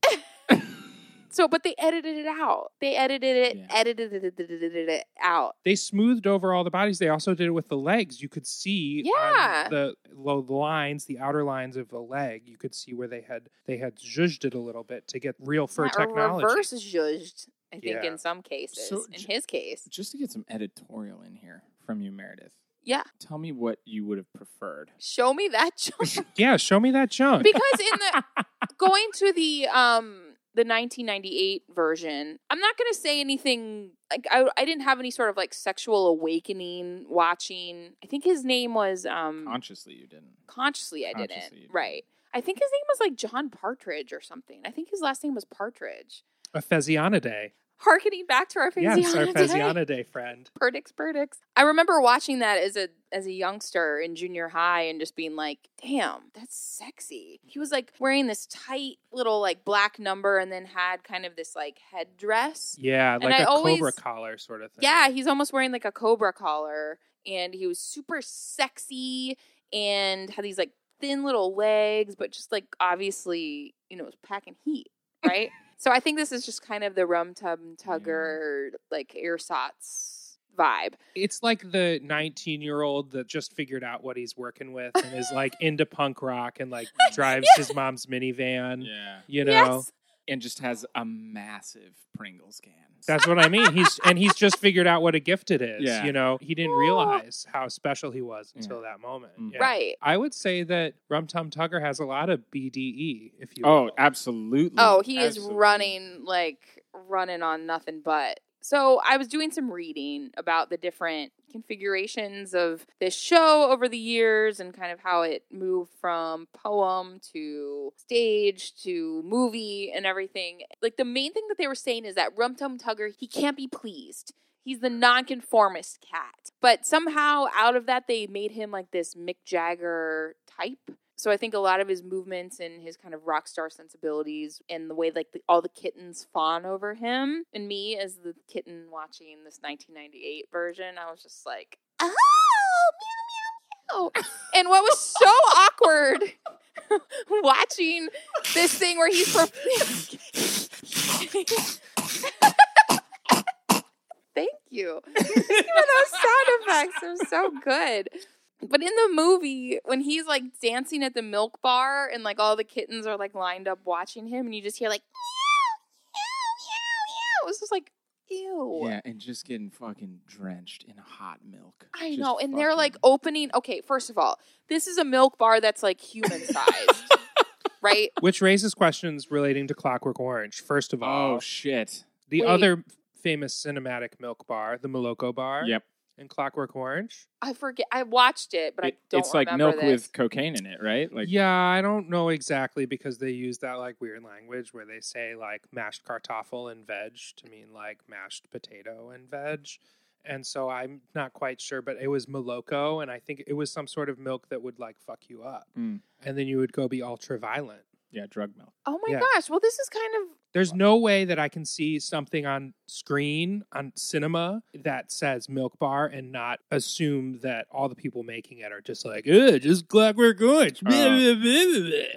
Speaker 2: so. But they edited it out. They edited it.
Speaker 4: Yeah.
Speaker 2: Edited it, edited it out.
Speaker 3: They smoothed over all the bodies. They also did it with the legs. You could see on
Speaker 2: Yeah.
Speaker 3: the lo- the lines, the outer lines of the leg. You could see where they had they had zhuzhed it a little bit to get real fur
Speaker 2: Or
Speaker 3: technology.
Speaker 2: reverse zhuzhed. I think
Speaker 3: Yeah.
Speaker 2: in some cases,
Speaker 4: So
Speaker 2: in
Speaker 4: j-
Speaker 2: his case,
Speaker 4: Just to get some editorial in here from you, Meredith.
Speaker 2: Yeah.
Speaker 4: Tell me what you would have preferred.
Speaker 2: show me that (laughs) junk.
Speaker 3: Yeah, show me that
Speaker 4: (laughs)
Speaker 3: junk.
Speaker 2: because in the going to the um the 1998 version i'm not going to say anything like I, I didn't have any sort of like sexual awakening watching i think his name was
Speaker 4: Mm.
Speaker 2: um
Speaker 4: Consciously, you didn't.
Speaker 2: consciously i didn't
Speaker 4: Consciously you didn't.
Speaker 2: right i think his name was like john partridge or something i think his last name was partridge
Speaker 3: A Fezziana Day.
Speaker 2: harkening back to our
Speaker 3: Yes, our
Speaker 2: Fezziana day.
Speaker 3: Fezziana Day friend.
Speaker 2: Perdix, Perdix. I remember watching that as a as a youngster in junior high and just being like, "Damn, that's sexy." He was like wearing this tight little like black number and then had kind of this like headdress.
Speaker 3: Yeah,
Speaker 2: And
Speaker 3: like
Speaker 2: I
Speaker 3: a
Speaker 2: always-
Speaker 3: cobra collar sort of thing.
Speaker 2: Yeah, he's almost wearing like a cobra collar and he was super sexy and had these like thin little legs but just like obviously, you know, was packing heat,
Speaker 3: (laughs)
Speaker 2: right? so I think this is just kind of the rum tum tugger like ersatz vibe.
Speaker 3: It's like the 19 year old that just figured out what he's working with and is
Speaker 2: (laughs)
Speaker 3: like into punk rock and like drives his mom's minivan.
Speaker 4: Yeah.
Speaker 3: You know,
Speaker 2: Yes.
Speaker 4: And just has a massive Pringles can.
Speaker 3: that's what I mean.
Speaker 2: (laughs)
Speaker 3: He's and he's just figured out what a gift it is.
Speaker 4: Yeah.
Speaker 3: You know, he didn't
Speaker 2: Oh.
Speaker 3: realize how special he was until that moment.
Speaker 4: Mm.
Speaker 3: Yeah.
Speaker 2: Right.
Speaker 3: I would say that Rum Tum Tugger has a lot of BDE. If you
Speaker 4: Oh,
Speaker 3: will.
Speaker 4: absolutely.
Speaker 2: Oh, he is
Speaker 4: Absolutely.
Speaker 2: running like running on nothing but So I was doing some reading about the different configurations of this show over the years and kind of how it moved from poem to stage to movie and everything. Like the main thing that they were saying is that Rum Tum Tugger, he can't be pleased. He's the nonconformist cat. But somehow out of that they made him like this Mick Jagger type. So I think a lot of his movements and his kind of rock star sensibilities and the way like the, all the kittens fawn over him and me as the kitten watching this 1998 version, I was just like, oh, meow, meow, meow. and what was so awkward (laughs) watching this thing where he's pro- (laughs) Thank you. Even those sound effects are so good. But in the movie, when he's like dancing at the milk bar and like all the kittens are like lined up watching him, and you just hear like meow, meow, meow, meow. It was just like ew.
Speaker 4: Yeah, and just getting fucking drenched in hot milk.
Speaker 2: I
Speaker 4: Just
Speaker 2: know, and they're like
Speaker 4: fucking-
Speaker 2: opening. Okay, first of all, this is a milk bar that's like human
Speaker 3: (laughs)
Speaker 2: sized, right?
Speaker 3: Which raises questions relating to Clockwork Orange. First of all,
Speaker 4: oh shit.
Speaker 3: the
Speaker 2: wait.
Speaker 3: other famous cinematic milk bar, the Moloko Bar,
Speaker 4: Yep.
Speaker 3: and Clockwork Orange.
Speaker 2: I forget. I watched it, but I
Speaker 4: It-
Speaker 2: don't.
Speaker 4: it's like
Speaker 2: remember
Speaker 4: milk
Speaker 2: this.
Speaker 4: with cocaine in it, right? Like
Speaker 3: yeah, I don't know exactly because they use that like weird language where they say like mashed kartoffel and veg to mean like mashed potato and veg. And so I'm not quite sure, but it was Moloko, and I think it was some sort of milk that would like fuck you up.
Speaker 4: Mm.
Speaker 3: And then you would go be ultra violent.
Speaker 4: yeah, drug milk.
Speaker 2: Oh my
Speaker 3: yeah.
Speaker 2: gosh! Well, this is kind of
Speaker 3: There's no way that I can see something on screen on cinema that says milk bar and not assume that all the people making it are just like, Ugh, just clockwork orange.
Speaker 4: Uh,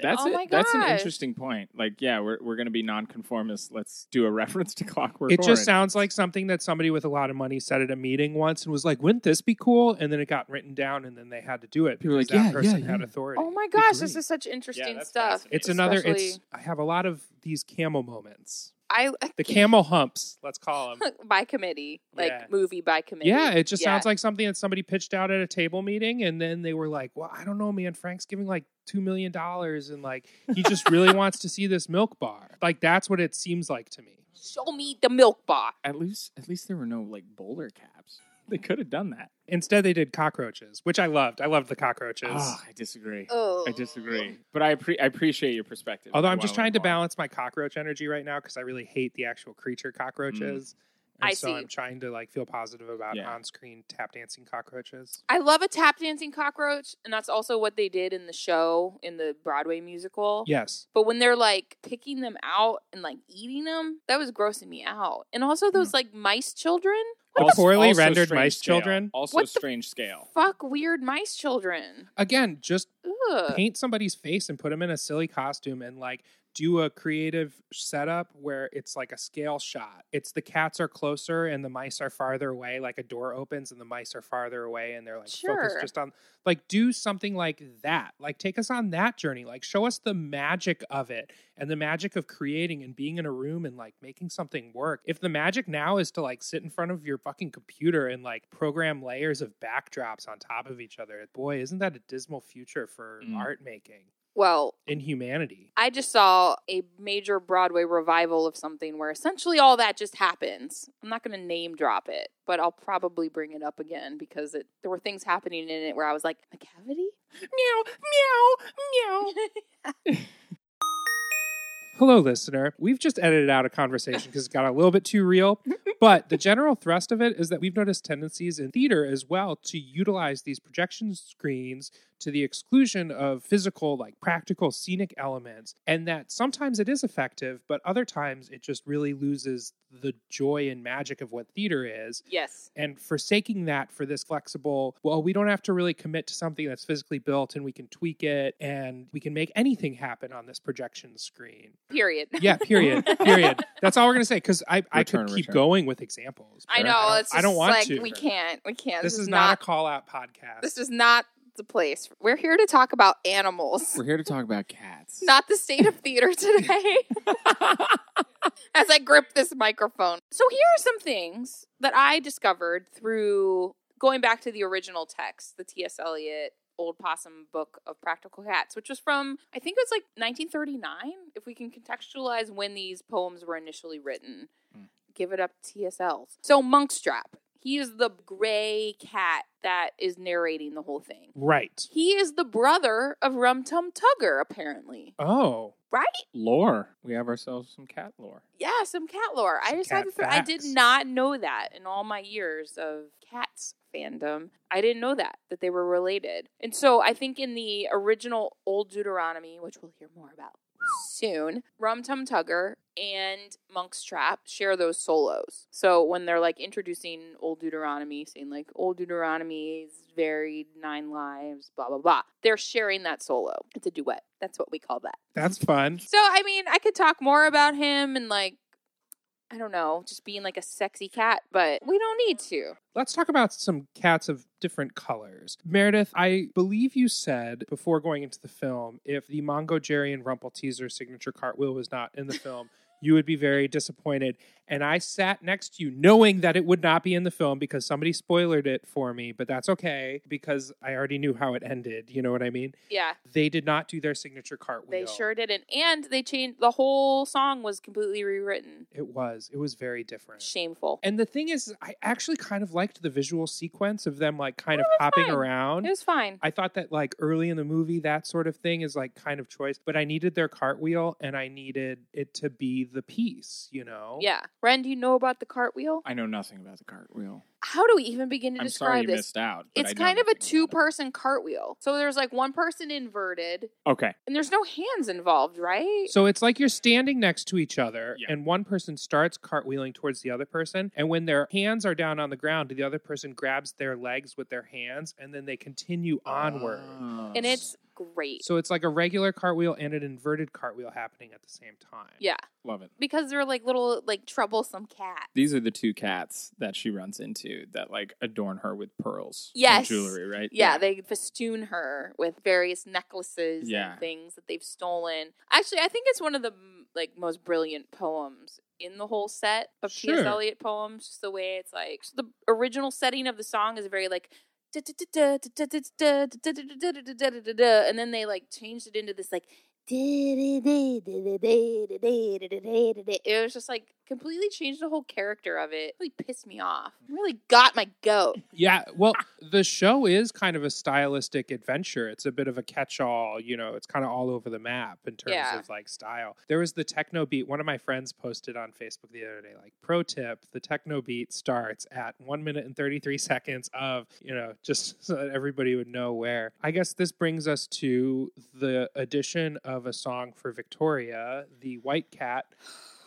Speaker 4: That's
Speaker 2: Oh
Speaker 4: it.
Speaker 2: my
Speaker 4: That's an
Speaker 2: gosh.
Speaker 4: interesting point. Like, yeah, we're we're gonna be nonconformists. Let's do a (laughs) reference to Clockwork.
Speaker 3: it just
Speaker 4: Orange.
Speaker 3: sounds like something that somebody with a lot of money said at a meeting once and was like, wouldn't this be cool? And then it got written down and then they had to do it.
Speaker 4: People were
Speaker 3: because
Speaker 4: like,
Speaker 3: that
Speaker 4: "Yeah,
Speaker 3: person
Speaker 4: yeah,
Speaker 3: had
Speaker 4: yeah."
Speaker 3: authority.
Speaker 2: Oh my gosh, this
Speaker 3: Agreed.
Speaker 2: is such interesting
Speaker 4: that's
Speaker 2: stuff.
Speaker 4: fascinating.
Speaker 3: It's another it's
Speaker 2: especially-
Speaker 3: I have a lot of these camel moments.
Speaker 2: I
Speaker 3: The camel humps, let's call
Speaker 2: (laughs)
Speaker 3: them.
Speaker 2: by committee, like
Speaker 3: Yeah.
Speaker 2: movie by committee.
Speaker 3: Yeah, it just sounds like something that somebody pitched out at a table meeting, and then they were like, "Well, I don't know, man. Frank's giving like two million dollars, and like he just really
Speaker 2: (laughs)
Speaker 3: wants to see this milk bar. Like that's what it seems like to me."
Speaker 2: show me the milk bar.
Speaker 4: At least at least there were no like bowler caps. They could have done that.
Speaker 3: Instead, they did cockroaches, which I loved. I loved the cockroaches.
Speaker 4: Ah, I disagree.
Speaker 2: Oh,
Speaker 4: I disagree. But I appre- I appreciate your perspective.
Speaker 3: Although
Speaker 4: I
Speaker 3: I'm just
Speaker 4: wanna
Speaker 3: trying to
Speaker 4: learn more.
Speaker 3: balance my cockroach energy right now because I really hate the actual creature cockroaches. And
Speaker 2: I
Speaker 3: so
Speaker 2: see.
Speaker 3: I'm trying to like feel positive about
Speaker 4: Yeah.
Speaker 3: on-screen tap dancing cockroaches.
Speaker 2: I love a tap dancing cockroach, and that's also what they did in the show in the Broadway musical.
Speaker 3: Yes,
Speaker 2: But when they're like picking them out and like eating them, that was grossing me out. And also
Speaker 3: Hmm.
Speaker 2: those like mice children.
Speaker 3: the
Speaker 4: Also-
Speaker 3: poorly
Speaker 4: also
Speaker 3: rendered
Speaker 4: strange
Speaker 3: mice
Speaker 4: scale.
Speaker 3: children.
Speaker 4: Also
Speaker 2: What the-
Speaker 4: strange scale.
Speaker 2: Fuck weird mice children.
Speaker 3: Again, just
Speaker 2: Ugh.
Speaker 3: paint somebody's face and put them in a silly costume and like do a creative setup where it's like a scale shot. It's the cats are closer and the mice are farther away. Like a door opens and the mice are farther away and they're like
Speaker 2: Sure.
Speaker 3: focused just on like do something like that. Like take us on that journey. Like show us the magic of it and the magic of creating and being in a room and like making something work. If the magic now is to like sit in front of your fucking computer and like program layers of backdrops on top of each other, boy, isn't that a dismal future for
Speaker 4: Mm.
Speaker 3: art making
Speaker 2: Well,
Speaker 3: in humanity?
Speaker 2: I just saw a major Broadway revival of something where essentially all that just happens. I'm not going to name drop it, but I'll probably bring it up again because it, there were things happening in it where I was like, McCavity? Meow, meow,
Speaker 3: Oh.
Speaker 2: meow.
Speaker 3: Hello, listener. We've just edited out a conversation because it got a little bit too real. But the general thrust of it is that we've noticed tendencies in theater as well to utilize these projection screens to the exclusion of physical, like practical scenic elements. And that sometimes it is effective, but other times it just really loses the joy and magic of what theater is.
Speaker 2: (laughs) yes.
Speaker 3: and forsaking that for this flexible well we don't have to really commit to something that's physically built and we can tweak it and we can make anything happen on this projection screen
Speaker 2: Period.
Speaker 3: yeah period
Speaker 2: (laughs)
Speaker 3: period that's all we're gonna say because I, I
Speaker 4: Return,
Speaker 3: could keep
Speaker 4: return.
Speaker 3: going with examples
Speaker 2: I
Speaker 3: but
Speaker 2: know.
Speaker 3: don't-
Speaker 2: it's
Speaker 3: I don't
Speaker 2: just
Speaker 3: want
Speaker 2: like,
Speaker 3: to
Speaker 2: We can't. We can't.
Speaker 3: this, is, not,
Speaker 2: not.
Speaker 3: a call out podcast
Speaker 2: this is not the place. We're here to talk about animals,
Speaker 4: We're here to talk about cats.
Speaker 2: not the state of theater today. as I grip this microphone. So here are some things that I discovered through going back to the original text, the T.S. Eliot Old Possum Book of Practical Cats, which was from I think it was like 1939, if we can contextualize when these poems were initially written.
Speaker 4: Hmm.
Speaker 2: give it up TSLs. So Monkstrap, he is the gray cat that is narrating the whole thing.
Speaker 3: Right.
Speaker 2: He is the brother of Rum Tum Tugger, apparently.
Speaker 3: Oh.
Speaker 2: Right?
Speaker 4: Lore. We have ourselves some cat lore.
Speaker 2: Yeah, some cat lore. I
Speaker 3: Some
Speaker 2: just
Speaker 3: cat
Speaker 2: had to throw, I did
Speaker 3: facts.
Speaker 2: not know that in all my years of cats fandom. I didn't know that that they were related. And so I think in the original Old Deuteronomy, which we'll hear more about soon, Rum Tum Tugger and Monk's Trap share those solos. So when they're like introducing Old Deuteronomy, saying like Old Deuteronomy is varied nine lives, blah blah blah. They're sharing that solo. It's a duet. That's what we call that.
Speaker 3: That's fun.
Speaker 2: So I mean, I could talk more about him and like I don't know, just being like a sexy cat, but we don't need to.
Speaker 3: Let's talk about some cats of different colors. Meredith, I believe you said before going into the film, if the Mongo Jerry and Rumple teaser signature cartwheel was not in the
Speaker 2: (laughs)
Speaker 3: film, you would be very disappointed. And I sat next to you knowing that it would not be in the film because somebody spoiled it for me, but that's okay because I already knew how it ended. You know what I mean?
Speaker 2: Yeah,
Speaker 3: They did not do their signature
Speaker 2: they
Speaker 3: cartwheel.
Speaker 2: sure didn't. And they changed the whole song was completely rewritten.
Speaker 3: It was. It was very different.
Speaker 2: Shameful.
Speaker 3: And the thing is, I actually kind of liked the visual sequence of them like kind of
Speaker 2: that's
Speaker 3: hopping
Speaker 2: fine.
Speaker 3: around.
Speaker 2: It was fine.
Speaker 3: I thought that like early in the movie, that sort of thing is like kind of choice, but I needed their cartwheel and I needed it to be the piece, you know?
Speaker 2: Yeah. Ren, do you know about the cartwheel?
Speaker 4: I know nothing about the cartwheel.
Speaker 2: How do we even begin to
Speaker 4: I'm
Speaker 2: describe
Speaker 4: sorry you
Speaker 2: this?
Speaker 4: missed out. but
Speaker 2: It's
Speaker 4: I know
Speaker 2: kind of a
Speaker 4: nothing
Speaker 2: two
Speaker 4: about
Speaker 2: person cartwheel. So there's like one person inverted
Speaker 4: it. Okay.
Speaker 2: and there's no hands involved, right?
Speaker 3: So it's like you're standing next to each other
Speaker 4: Yeah.
Speaker 3: and one person starts cartwheeling towards the other person. And when their hands are down on the ground, the other person grabs their legs with their hands and then they continue onward.
Speaker 4: Ah.
Speaker 2: and it's great.
Speaker 3: So it's like a regular cartwheel and an inverted cartwheel happening at the same time.
Speaker 2: yeah.
Speaker 4: love it.
Speaker 2: Because they're like little like troublesome cats.
Speaker 4: These are the two cats that she runs into that like adorn her with pearls. and
Speaker 2: Yes.
Speaker 4: jewelry, right?
Speaker 2: Yeah, they festoon her with various necklaces
Speaker 4: Yeah.
Speaker 2: and things that they've stolen. Actually, I think it's one of the m- like most brilliant poems in the whole set of
Speaker 3: Sure.
Speaker 2: T.S. Eliot poems. Just the way it's like just the original setting of the song is very like and then they like changed it into this like it was just like completely changed the whole character of it. Really pissed me off. Really got my goat.
Speaker 3: Yeah, well, the show is kind of a stylistic adventure. It's a bit of a catch-all, you know. It's kind of all over the map in terms
Speaker 2: Yeah.
Speaker 3: of like style. There was the techno beat. One of my friends posted on Facebook the other day, like pro tip: the techno beat starts at one minute and thirty-three seconds of, you know, just (laughs) so that everybody would know where. I guess this brings us to the addition of a song for Victoria, the White Cat.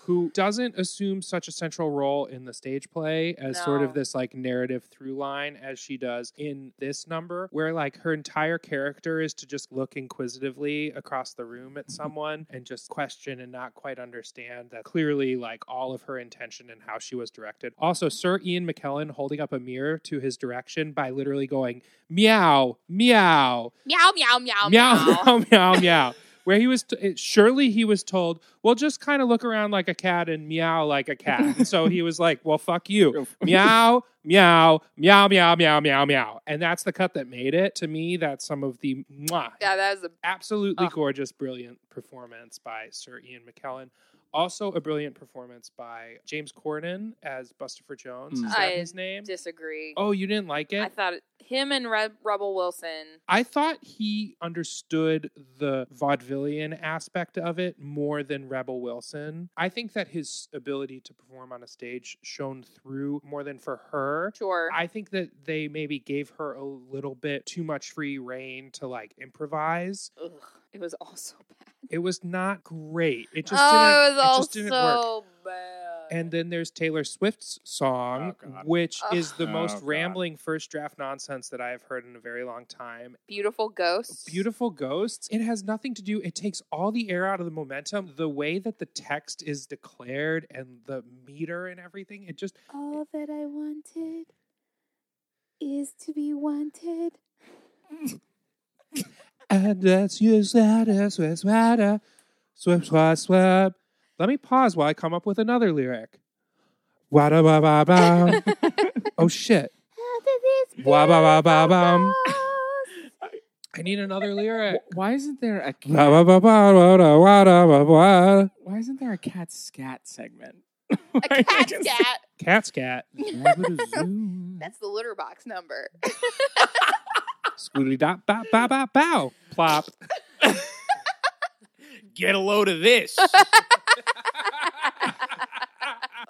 Speaker 3: Who doesn't assume such a central role in the stage play as sort of
Speaker 2: No.
Speaker 3: this this like narrative through line as she does in this number, where like her entire character is to just look inquisitively across the room
Speaker 2: Mm-hmm.
Speaker 3: at someone and just question and not quite understand that clearly like all of her intention and how she was directed. Also, Sir Ian McKellen holding up a mirror to his direction by literally going meow, meow,
Speaker 2: Meow meow meow
Speaker 3: meow, (laughs) meow, meow, meow. Where he was, t- it- surely he was told, well, just kind of look around like a cat and meow like a cat. And so he was like, well, fuck
Speaker 2: (laughs)
Speaker 4: oh,
Speaker 3: you. meow, meow, meow, meow, meow, meow, meow. And that's the cut that made it. To me, that's some of the mwah,
Speaker 2: Yeah, that was a
Speaker 3: absolutely
Speaker 2: Ugh.
Speaker 3: gorgeous, brilliant performance by Sir Ian McKellen. Also, a brilliant performance by James Corden as Bustopher Jones. Is
Speaker 4: Mm.
Speaker 3: that
Speaker 2: I
Speaker 3: his name?
Speaker 2: disagree.
Speaker 3: Oh, you didn't like it?
Speaker 2: I thought it- him and Re- Rebel Wilson.
Speaker 3: I thought he understood the vaudevillian aspect of it more than Rebel Wilson. I think that his ability to perform on a stage shone through more than for her.
Speaker 2: Sure.
Speaker 3: I think that they maybe gave her a little bit too much free reign to like improvise.
Speaker 2: Ugh, it was all so bad.
Speaker 3: It was not great. It just
Speaker 2: oh,
Speaker 3: didn't,
Speaker 2: it was all
Speaker 3: just didn't work.
Speaker 2: so bad.
Speaker 3: And then there's Taylor Swift's song,
Speaker 4: Oh, God.
Speaker 3: which is the
Speaker 4: Ugh.
Speaker 3: most
Speaker 4: Oh, God.
Speaker 3: rambling first draft nonsense that I have heard in a very long time.
Speaker 2: beautiful ghosts.
Speaker 3: beautiful ghosts it has nothing to do it takes all the air out of the momentum the way that the text is declared and the meter and everything it just
Speaker 5: All that I wanted is to be
Speaker 2: (laughs)
Speaker 5: wanted.
Speaker 3: and that's you sweater sweater sweater swip swap swap let me pause while i come up with another lyric wa da ba ba (laughs) ba oh shit
Speaker 5: How did
Speaker 3: (laughs)
Speaker 5: this
Speaker 3: wa ba ba ba bum
Speaker 5: goes?
Speaker 3: i need another lyric
Speaker 4: Wh- Why isn't there a cat?
Speaker 3: Wa ba ba ba wa da wa da ba ba.
Speaker 4: Why isn't there a cat scat segment?
Speaker 2: A cat's
Speaker 3: (laughs)
Speaker 2: cat.
Speaker 3: Cat's cat.
Speaker 2: That's the litter
Speaker 3: (laughs)
Speaker 2: box number.
Speaker 3: Scootity dot bow bow bow bow. (laughs) Plop.
Speaker 6: Get a load of this.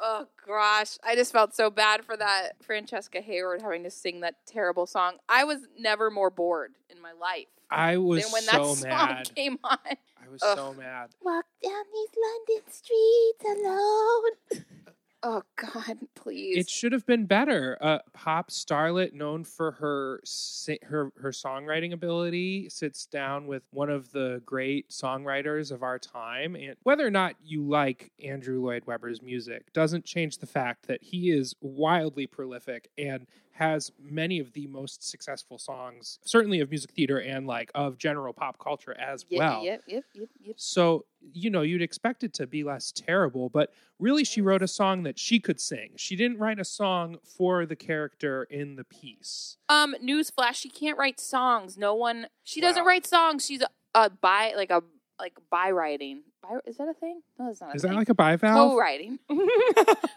Speaker 2: oh gosh, I just felt so bad for that Francesca Hayward having to sing that terrible song. I was never more bored in my life
Speaker 3: I was
Speaker 2: than when that
Speaker 3: so
Speaker 2: (laughs) song
Speaker 3: mad.
Speaker 2: came on.
Speaker 3: I was
Speaker 2: Ugh.
Speaker 3: so mad.
Speaker 2: Walk down these London streets alone. (laughs) oh God, please.
Speaker 3: It should have been better. A pop starlet known for her si- her her songwriting ability sits down with one of the great songwriters of our time, and whether or not you like Andrew Lloyd Webber's music doesn't change the fact that he is wildly prolific and has many of the most successful songs, certainly of music theater and like of general pop culture as
Speaker 2: Yep,
Speaker 3: well.
Speaker 2: Yep, yep, yep, yep.
Speaker 3: So, you know, you'd expect it to be less terrible, but really she wrote a song that she could sing. She didn't write a song for the character in the piece.
Speaker 2: Um, newsflash: she can't write songs. No one. She doesn't
Speaker 3: Wow.
Speaker 2: write songs. She's a, a by like a like by writing. By, is that a thing? No, that's not.
Speaker 3: Is that
Speaker 2: a thing.
Speaker 3: like a
Speaker 2: Oh,
Speaker 3: bivalve?
Speaker 2: co-writing? (laughs)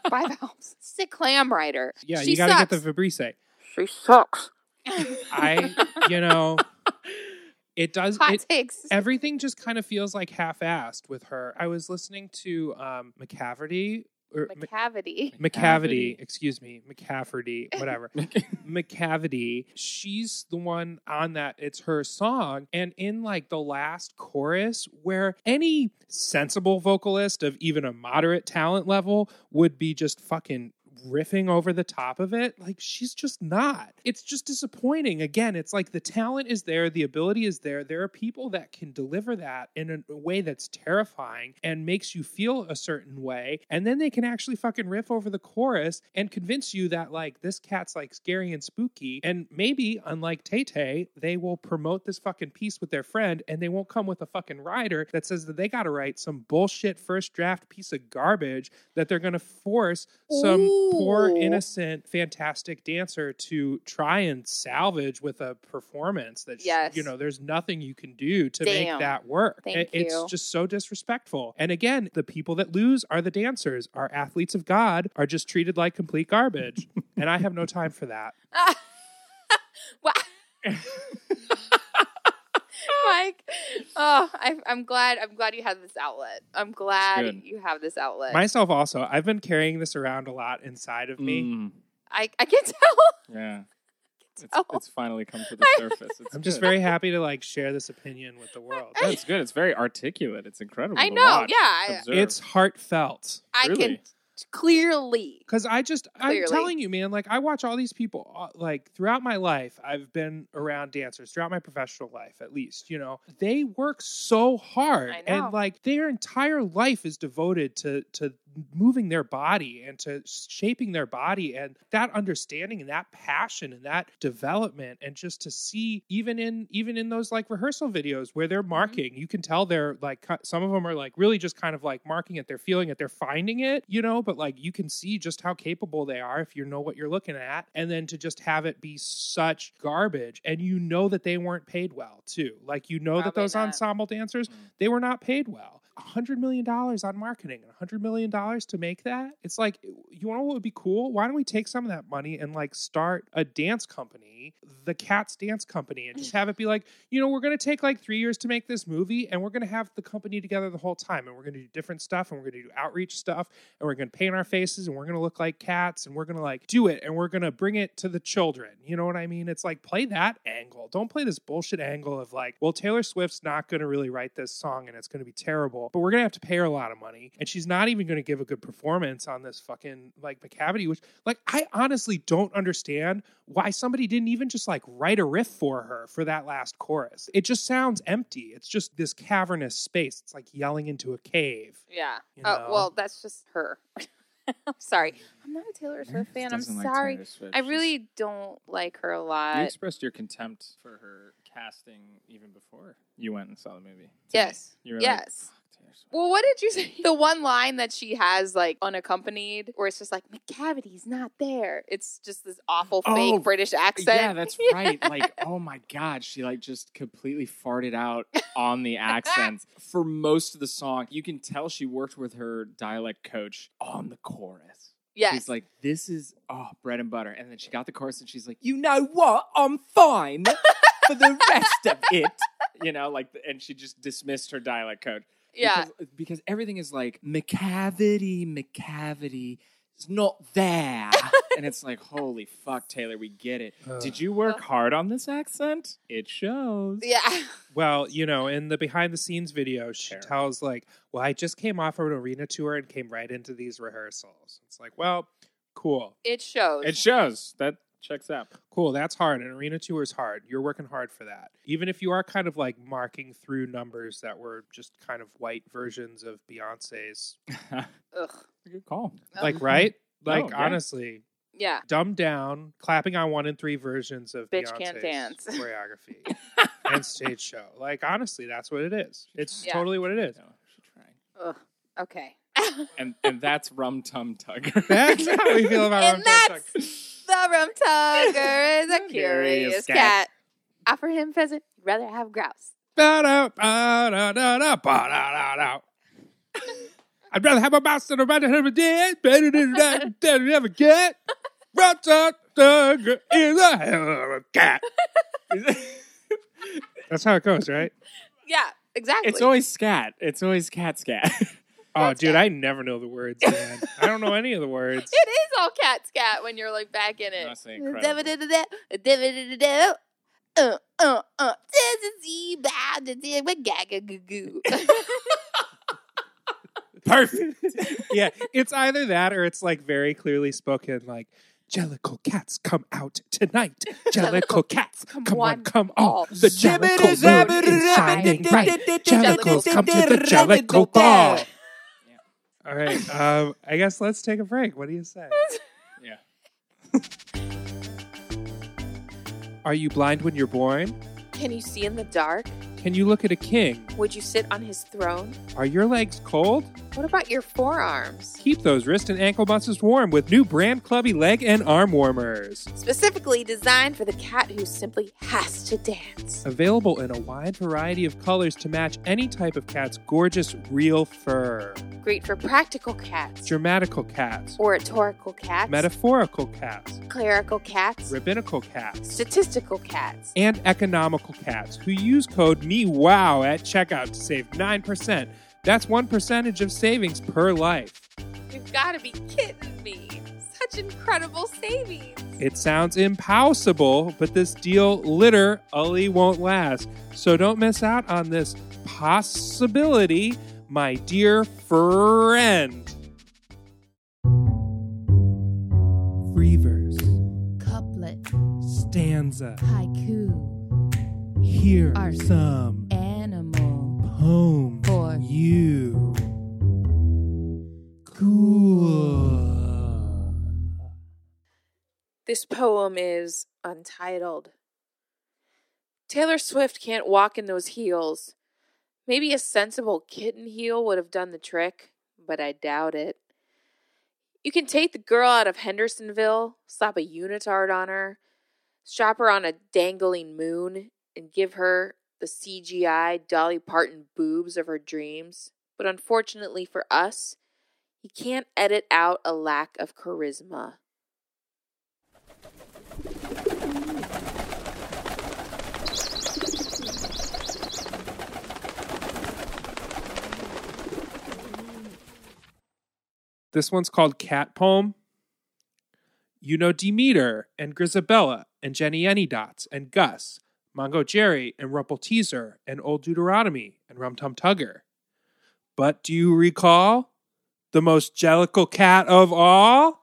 Speaker 2: Bivalves. She's a clam writer.
Speaker 3: Yeah,
Speaker 2: she
Speaker 3: you got to get
Speaker 2: sucks.
Speaker 3: the Fabrice.
Speaker 2: She sucks.
Speaker 3: I,
Speaker 2: (laughs)
Speaker 3: you know, it does.
Speaker 2: Hot
Speaker 3: It,
Speaker 2: takes.
Speaker 3: everything just kind of feels like half-assed with her. I was listening to um, McCaverty or Mc-
Speaker 2: McCavity. (laughs)
Speaker 3: McCavity, excuse me, McCafferty, whatever. McCavity, she's the one on that. It's her song. And in like the last chorus, where any sensible vocalist of even a moderate talent level would be just fucking riffing over the top of it, like she's just not. It's just disappointing. Again, it's like the talent is there, the ability is there. There are people that can deliver that in a way that's terrifying and makes you feel a certain way. And then they can actually fucking riff over the chorus and convince you that, like, this cat's like scary and spooky. And maybe, unlike Tay Tay, they will promote this fucking piece with their friend and they won't come with a fucking writer that says that they got to write some bullshit first draft piece of garbage that they're going to force some poor
Speaker 2: Ooh.
Speaker 3: innocent fantastic dancer to try and salvage with a performance that sh-
Speaker 2: Yes.
Speaker 3: you know there's nothing you can do to
Speaker 2: Damn.
Speaker 3: make that work
Speaker 2: Thank
Speaker 3: It-
Speaker 2: you.
Speaker 3: it's just so disrespectful and again the people that lose are the dancers our athletes of god are just treated like complete
Speaker 2: (laughs)
Speaker 3: garbage and i have no time for that
Speaker 2: Wha- Mike, oh, I, I'm glad. I'm glad you have this outlet. I'm glad
Speaker 4: good.
Speaker 2: you have this outlet.
Speaker 3: myself also i've been carrying this around a lot inside of me
Speaker 4: Mm,
Speaker 2: I, I can (laughs) tell.
Speaker 4: yeah. It's,
Speaker 2: tell.
Speaker 4: it's finally come
Speaker 2: (laughs)
Speaker 4: to the surface. It's
Speaker 3: i'm just
Speaker 4: good.
Speaker 3: very happy to like share this opinion with the
Speaker 2: (laughs)
Speaker 3: world
Speaker 4: No, it's good. It's very articulate. It's incredible.
Speaker 2: I
Speaker 4: to
Speaker 2: know.
Speaker 4: watch,
Speaker 2: Yeah, I,
Speaker 4: observe.
Speaker 3: it's heartfelt
Speaker 2: I can
Speaker 4: Really?
Speaker 2: clearly.
Speaker 3: Because I just,
Speaker 2: Clearly.
Speaker 3: I'm telling you, man, like I watch all these people, uh, like throughout my life, I've been around dancers, throughout my professional life, at least, you know, they work so hard.
Speaker 2: I know.
Speaker 3: And like their entire life is devoted to, to moving their body and to shaping their body. And that understanding and that passion and that development, and just to see, even in, even in those like rehearsal videos where they're marking, you can tell they're like, cu- some of them are like really just kind of like marking it, they're feeling it, they're finding it, you know, but like you can see just how capable they are if you know what you're looking at. And then to just have it be such garbage. And you know that they weren't paid well too. Like, you know that
Speaker 2: Probably
Speaker 3: those
Speaker 2: not.
Speaker 3: ensemble dancers,
Speaker 4: Mm.
Speaker 3: they were not paid well. $100 million on marketing and $100 million to make that. It's like, eh, you know what would be cool? Why don't we take some of that money and like start a dance company, the Cats Dance Company, and
Speaker 2: (laughs)
Speaker 3: just have it be like, you know, we're going to take like three years to make this movie and we're going to have the company together the whole time and we're going to do different stuff and we're going to do outreach stuff and we're going to paint our faces and we're going to look like cats and we're going to like do it and we're going to bring it to the children. You know what I mean? It's like play that angle. Don't play this bullshit angle of like, well, Taylor Swift's not going to really write this song and it's going to be terrible, but we're going to have to pay her a lot of money and she's not even going to give a good performance on this fucking like McCavity, which like I honestly don't understand why somebody didn't even just like write a riff for her for that last chorus. It just sounds empty. It's just this cavernous space. It's like yelling into a cave.
Speaker 2: Yeah.
Speaker 3: You
Speaker 2: Oh
Speaker 3: know?
Speaker 2: well, that's just her. (laughs) I'm sorry. I'm not a Taylor Swift fan. I'm
Speaker 4: Doesn't like
Speaker 2: sorry.
Speaker 4: Taylor Swift.
Speaker 2: I
Speaker 4: She's-
Speaker 2: really don't like her a
Speaker 4: You
Speaker 2: lot.
Speaker 4: expressed your contempt for her casting even before you went and saw the movie. to me.
Speaker 2: Yes.
Speaker 4: You were like,
Speaker 2: Yes.
Speaker 4: "Fuck, cares?
Speaker 2: Well, what did you say? The one line that she has, like unaccompanied, where it's just like McCavity's not there. It's just this awful fake
Speaker 4: Oh,
Speaker 2: British accent.
Speaker 4: Yeah, that's right. Like, oh my God, she like just completely farted out on the accents for most of the song. You can tell she worked with her dialect coach on the chorus.
Speaker 2: (laughs) yes.
Speaker 4: She's like, this is oh bread and butter. And then she got the chorus and she's like, you know what? I'm fine for the rest of it. You know, like, and she just dismissed her dialect coach.
Speaker 2: yeah.
Speaker 4: Because, because everything is like McCavity, McCavity. It's not
Speaker 2: (laughs)
Speaker 4: there. and it's like, holy fuck, Taylor, we get it. Did you work hard on this accent? It shows.
Speaker 2: Yeah. (laughs)
Speaker 3: Well, you know, in the behind the scenes video, she
Speaker 4: Terrible.
Speaker 3: tells like, "Well, I just came off of an arena tour and came right into these rehearsals." It's like, well, cool,
Speaker 2: It shows.
Speaker 4: It shows. That checks out.
Speaker 3: cool. That's hard. An arena tour is hard. You're working hard for that, even if you are kind of like marking through numbers that were just kind of white versions of Beyonce's.
Speaker 2: Ugh.
Speaker 4: Good call.
Speaker 2: Oh, mm-hmm.
Speaker 3: Like, right? Like,
Speaker 4: yeah.
Speaker 3: honestly,
Speaker 2: Yeah.
Speaker 3: dumbed down, clapping on one in three versions of
Speaker 2: Bitch
Speaker 3: Beyonce's
Speaker 2: can't dance. (laughs)
Speaker 3: choreography and stage show. Like, honestly, that's what it is. It's
Speaker 2: Yeah.
Speaker 3: totally what it is.
Speaker 4: No, she
Speaker 3: (laughs)
Speaker 4: tried.
Speaker 2: Ugh. Okay.
Speaker 4: And and that's Rum Tum Tugger. (laughs)
Speaker 3: That's how we feel about
Speaker 2: and
Speaker 3: Rum Tum
Speaker 2: that's the rum tugger is
Speaker 4: (laughs)
Speaker 2: a curious
Speaker 4: Curious
Speaker 2: cat.
Speaker 4: cat.
Speaker 2: Offer him pheasant. You'd rather have grouse.
Speaker 3: Tugger. I'd rather have a mouse than a rabbit than a dead, better than that than you ever get. Rum Tum Tugger is a hell of a cat. That's how it goes, right?
Speaker 2: Yeah. Exactly.
Speaker 4: it's always scat. It's always cat scat.
Speaker 3: Oh, dude, I never know the words, man. I don't know any of the words.
Speaker 2: It is all cat scat when you're like back in it.
Speaker 4: (laughs) Honestly, incredible.
Speaker 2: Perfect.
Speaker 3: (laughs)
Speaker 4: Perfect.
Speaker 3: yeah, it's either that or it's like very clearly spoken, like Jellicle cats come out tonight. Jellicle cats, come,
Speaker 2: one,
Speaker 3: on, come all.
Speaker 2: all.
Speaker 3: The Jellicle moon is shining bright. Jellicles come to the Jellicle ball. All right, um, I guess let's take a break. What do you say?
Speaker 4: Yeah.
Speaker 3: (laughs) Are you blind when you're born?
Speaker 2: (laughs) Can you see in the dark?
Speaker 3: Can you look at a king?
Speaker 2: Would you sit on his throne?
Speaker 3: Are your legs cold?
Speaker 2: What about your forearms?
Speaker 3: Keep those wrist and ankle muscles warm with new brand clubby leg and arm warmers.
Speaker 2: Specifically designed for the cat who simply has to dance.
Speaker 3: Available in a wide variety of colors to match any type of cat's gorgeous real fur.
Speaker 2: Great for practical cats,
Speaker 3: Dramatical cats,
Speaker 2: oratorical cats,
Speaker 3: metaphorical cats,
Speaker 2: clerical cats,
Speaker 3: rabbinical cats,
Speaker 2: statistical cats.
Speaker 3: and economical cats who use code MEWOW at checkout to save 9%. That's one percentage of savings per life.
Speaker 2: You've got to be kidding me. Such incredible savings.
Speaker 3: It sounds impossible, but this deal literally won't last. So don't miss out on this possibility, my dear friend. Free verse,
Speaker 5: Couplet,
Speaker 3: stanza,
Speaker 5: haiku,
Speaker 3: here
Speaker 5: Art.
Speaker 3: some
Speaker 5: animal,
Speaker 3: poem
Speaker 5: for
Speaker 3: you. Cool.
Speaker 2: This poem is untitled. Taylor Swift can't walk in those heels. Maybe a sensible kitten heel would have done the trick, but I doubt it. You can take the girl out of Hendersonville, slap a unitard on her, strap her on a dangling moon, and give her the CGI Dolly Parton boobs of her dreams. But unfortunately for us, you can't edit out a lack of charisma.
Speaker 3: This one's called Cat Poem. You know Demeter and Grisabella and Jenny Anydots and Gus, Mongo Jerry and Rumple Teaser and Old Deuteronomy and Rum Tum Tugger. But do you recall the most jellical cat of all?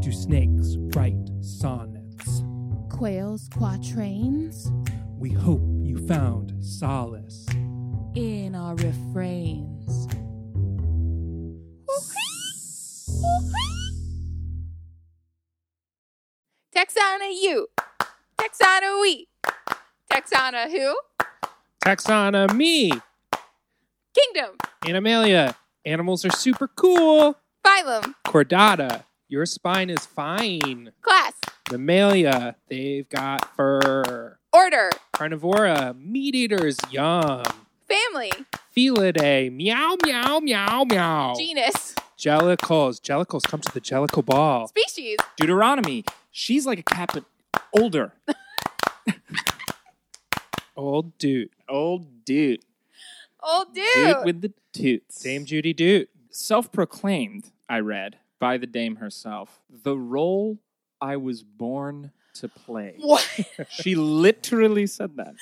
Speaker 3: Do snakes write sonnets?
Speaker 5: quails, quatrains,
Speaker 3: We hope you found solace.
Speaker 5: in our refrains.
Speaker 2: Texana you. Texana we. Texana who?
Speaker 3: Taxonomy
Speaker 2: Kingdom.
Speaker 3: Animalia. Animals are super cool.
Speaker 2: Phylum.
Speaker 3: Chordata. Your spine is fine.
Speaker 2: Class.
Speaker 3: Mammalia. They've got fur.
Speaker 2: Order.
Speaker 3: Carnivora. Meat eaters. Yum.
Speaker 2: Family.
Speaker 3: Felidae. Meow, meow, meow,
Speaker 4: Oh.
Speaker 3: meow.
Speaker 2: Genus.
Speaker 3: Jellicles. Jellicles come to the Jellicle Ball.
Speaker 2: Species.
Speaker 4: Deuteronomy. She's like a cat, but
Speaker 2: (laughs)
Speaker 4: older.
Speaker 3: Old Dude.
Speaker 4: Old dude.
Speaker 2: Old dude.
Speaker 4: Dude with the toots.
Speaker 3: Dame Judy Dude.
Speaker 4: Self proclaimed, I read, by the dame herself. The role I was born to play.
Speaker 2: what?
Speaker 4: She literally
Speaker 2: (laughs)
Speaker 4: said that.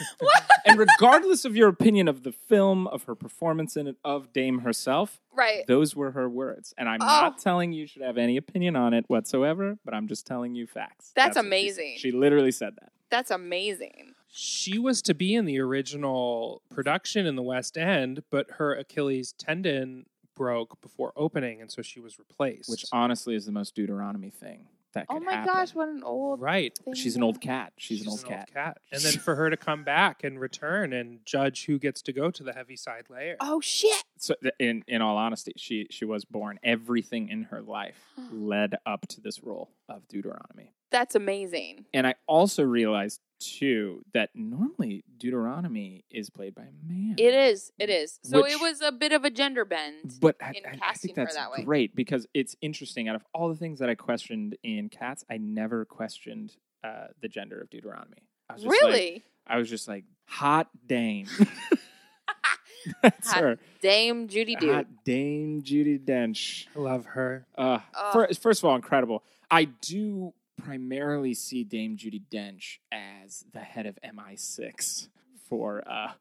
Speaker 4: and regardless of your opinion of the film, of her performance in it, of Dame herself,
Speaker 2: Right.
Speaker 4: those were her words. And I'm
Speaker 2: Oh.
Speaker 4: not telling you should have any opinion on it whatsoever, but I'm just telling you facts.
Speaker 2: That's
Speaker 4: what she said.
Speaker 2: amazing.
Speaker 4: She, literally said that.
Speaker 2: That's amazing.
Speaker 3: She was to be in the original production in the West End, but her Achilles tendon broke before opening, and so she was replaced.
Speaker 4: Which honestly is the most Deuteronomy thing that could
Speaker 2: Oh my
Speaker 4: happen.
Speaker 2: gosh, what an old
Speaker 3: right.
Speaker 2: thing.
Speaker 4: She's an old cat. She's, an old cat.
Speaker 3: And then for her to come back and return and judge who gets to go to the heavy side layer.
Speaker 2: Oh shit.
Speaker 4: So th- in in all honesty, she she was born everything in
Speaker 2: (gasps)
Speaker 4: her life led up to this role of Deuteronomy.
Speaker 2: That's amazing.
Speaker 4: And I also realized too that normally Deuteronomy is played by a man.
Speaker 2: It is. It is. So
Speaker 4: Which-
Speaker 2: it was a bit of a gender bend.
Speaker 4: But I,
Speaker 2: in
Speaker 4: I- I
Speaker 2: casting
Speaker 4: think
Speaker 2: her
Speaker 4: that's
Speaker 2: that way.
Speaker 4: great because it's interesting. Out of all the things that I questioned in Cats, I never questioned uh, the gender of Deuteronomy. I was just like-
Speaker 2: Really?
Speaker 4: I was just like, hot dame. (laughs) that's
Speaker 2: Hot
Speaker 4: her.
Speaker 2: Dame Judy Dude.
Speaker 4: Hot dame Judy Dench.
Speaker 3: I love her.
Speaker 4: Uh,
Speaker 2: Ugh.
Speaker 4: fir- first of all, incredible. I do primarily see Dame Judy Dench as the head of MI6 for uh,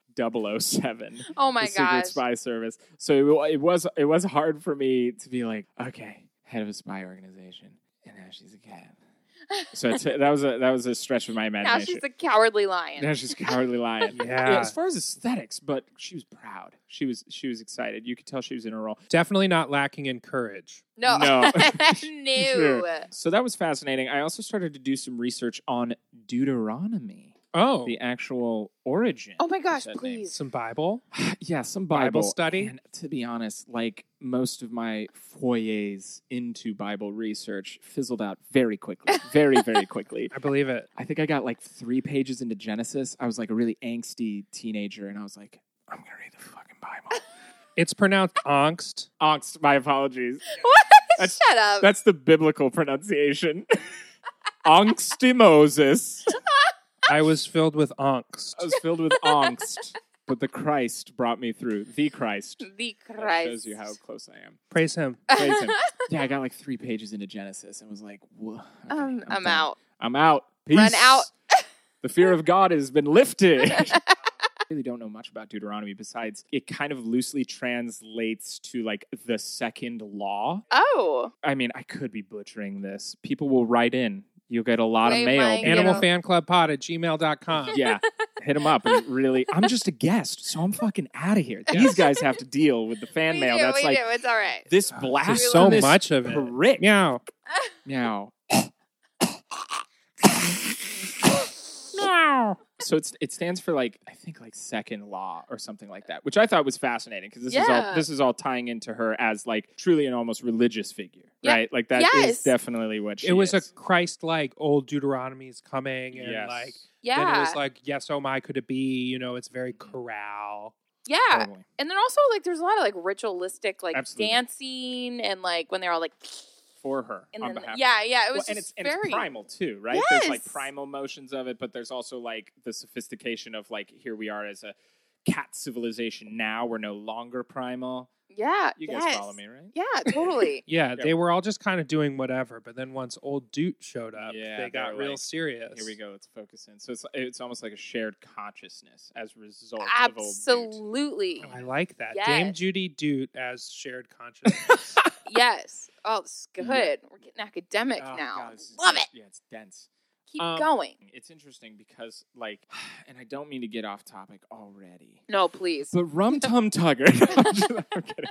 Speaker 4: 007.
Speaker 2: Oh my
Speaker 4: the Secret
Speaker 2: gosh.
Speaker 4: Spy Service. So it, wa- it was it was hard for me to be like, okay, head of a spy organization, and now she's a cat. So it's, that was a that was a stretch of my
Speaker 2: (laughs) Now
Speaker 4: imagination.
Speaker 2: she's a cowardly lion.
Speaker 4: now she's a
Speaker 2: (laughs)
Speaker 4: cowardly lion.
Speaker 3: Yeah.
Speaker 4: as far as aesthetics, but she was proud. She was she was excited. You could tell she was in her role.
Speaker 3: Definitely not lacking in courage.
Speaker 2: no.
Speaker 4: No.
Speaker 2: (laughs)
Speaker 4: (laughs)
Speaker 2: no.
Speaker 4: So that was fascinating. I also started to do some research on Deuteronomy,
Speaker 3: Oh,
Speaker 4: the actual origin.
Speaker 2: Oh my gosh,
Speaker 4: What's that name?
Speaker 2: please.
Speaker 3: some Bible.
Speaker 4: yeah, some
Speaker 3: Bible
Speaker 4: Bible,
Speaker 3: study?
Speaker 4: And to be honest, like most of my foyers into Bible research fizzled out very
Speaker 2: (laughs)
Speaker 4: quickly, very, very quickly.
Speaker 3: I believe it.
Speaker 4: I think I got like three pages into Genesis. I was like a really angsty teenager, and I was like, I'm gonna read the fucking Bible.
Speaker 3: It's pronounced angst.
Speaker 4: Ox, my apologies.
Speaker 2: (laughs) What?
Speaker 4: That's-
Speaker 2: Shut up.
Speaker 4: That's the biblical pronunciation. (laughs) Angsty Moses.
Speaker 3: I was filled with angst.
Speaker 4: I was filled with angst, but the Christ brought me through. The Christ.
Speaker 2: the
Speaker 4: That
Speaker 2: Christ.
Speaker 4: shows you how close I am.
Speaker 3: Praise him.
Speaker 4: Praise
Speaker 2: (laughs)
Speaker 4: him. yeah, I got like three pages into Genesis and was like, "Wha- okay,
Speaker 2: um, I'm,
Speaker 4: done.
Speaker 2: out.
Speaker 4: I'm out. Peace.
Speaker 2: Run out.
Speaker 4: (laughs) the fear of God has
Speaker 2: (laughs)
Speaker 4: been lifted. I really don't know much about Deuteronomy besides it kind of loosely translates to like the second law.
Speaker 2: Oh.
Speaker 4: I mean, I could be butchering this. People will write in. You'll get a lot
Speaker 2: Wait,
Speaker 4: of mail.
Speaker 2: Mike, you
Speaker 3: Animal
Speaker 2: know.
Speaker 3: fan club pod at gmail.com.
Speaker 4: (laughs) yeah, hit them up.
Speaker 2: (laughs)
Speaker 4: And really, I'm just a guest, so I'm fucking out of here. These guys have to deal with the
Speaker 2: (laughs)
Speaker 4: fan
Speaker 2: we
Speaker 4: mail.
Speaker 2: do,
Speaker 4: That's
Speaker 2: we
Speaker 4: like
Speaker 2: do. It's all right.
Speaker 4: this
Speaker 3: There's
Speaker 4: blasphemous
Speaker 3: so much of it.
Speaker 4: prick.
Speaker 3: Meow.
Speaker 4: Meow.
Speaker 3: Meow.
Speaker 4: So it's it stands for like I think like second law or something like that, which I thought was fascinating because this is
Speaker 2: Yeah.
Speaker 4: all this is all tying into her as like truly an almost religious figure,
Speaker 2: Yeah.
Speaker 4: right? Like that is
Speaker 2: Yes.
Speaker 4: definitely what she
Speaker 3: It was a
Speaker 4: is.
Speaker 3: Christ-like old Deuteronomy is coming, and
Speaker 4: Yes.
Speaker 3: like then it
Speaker 2: Yeah.
Speaker 3: was like yes, oh my, could it be? You know, it's very
Speaker 4: Mm-hmm.
Speaker 3: corral.
Speaker 2: yeah.
Speaker 4: Totally.
Speaker 2: And then also like there's a lot of like ritualistic like
Speaker 4: oh. Absolutely.
Speaker 2: dancing and like when they're all like (sniffs)
Speaker 4: for her
Speaker 2: and
Speaker 4: on
Speaker 2: then
Speaker 4: behalf.
Speaker 2: yeah yeah it was
Speaker 4: well, and,
Speaker 2: just
Speaker 4: it's, and it's
Speaker 2: very
Speaker 4: primal too, right? There's like
Speaker 2: Yes.
Speaker 4: primal motions of it, but there's also like the sophistication of like here we are as a cat civilization now. We're no longer primal.
Speaker 2: yeah
Speaker 4: You
Speaker 2: yes.
Speaker 4: guys follow me, right? (laughs)
Speaker 2: yeah totally
Speaker 3: Yeah,
Speaker 4: Yeah.
Speaker 3: they were all just kind of doing whatever, but then once old Dude showed up,
Speaker 4: Yeah,
Speaker 3: they
Speaker 4: they
Speaker 3: got
Speaker 4: were
Speaker 3: real
Speaker 4: like,
Speaker 3: serious.
Speaker 4: Here we go. Let's focus in. So it's it's almost like a shared consciousness as a result of old. Newt.
Speaker 2: absolutely
Speaker 3: Oh, I like that.
Speaker 2: Yes.
Speaker 3: Dame Judy Dude as shared
Speaker 4: (laughs)
Speaker 3: consciousness.
Speaker 2: yes oh this is good
Speaker 4: Yeah.
Speaker 2: we're getting academic
Speaker 4: Oh,
Speaker 2: now
Speaker 4: God, this is-
Speaker 2: love it
Speaker 4: Yeah, it's dense.
Speaker 2: keep
Speaker 4: Um,
Speaker 2: going.
Speaker 4: It's interesting because, like, (sighs) and I don't mean to get off topic already.
Speaker 2: No, please.
Speaker 4: But
Speaker 2: (laughs)
Speaker 4: rum tum tugger. (laughs) I'm just- I'm kidding.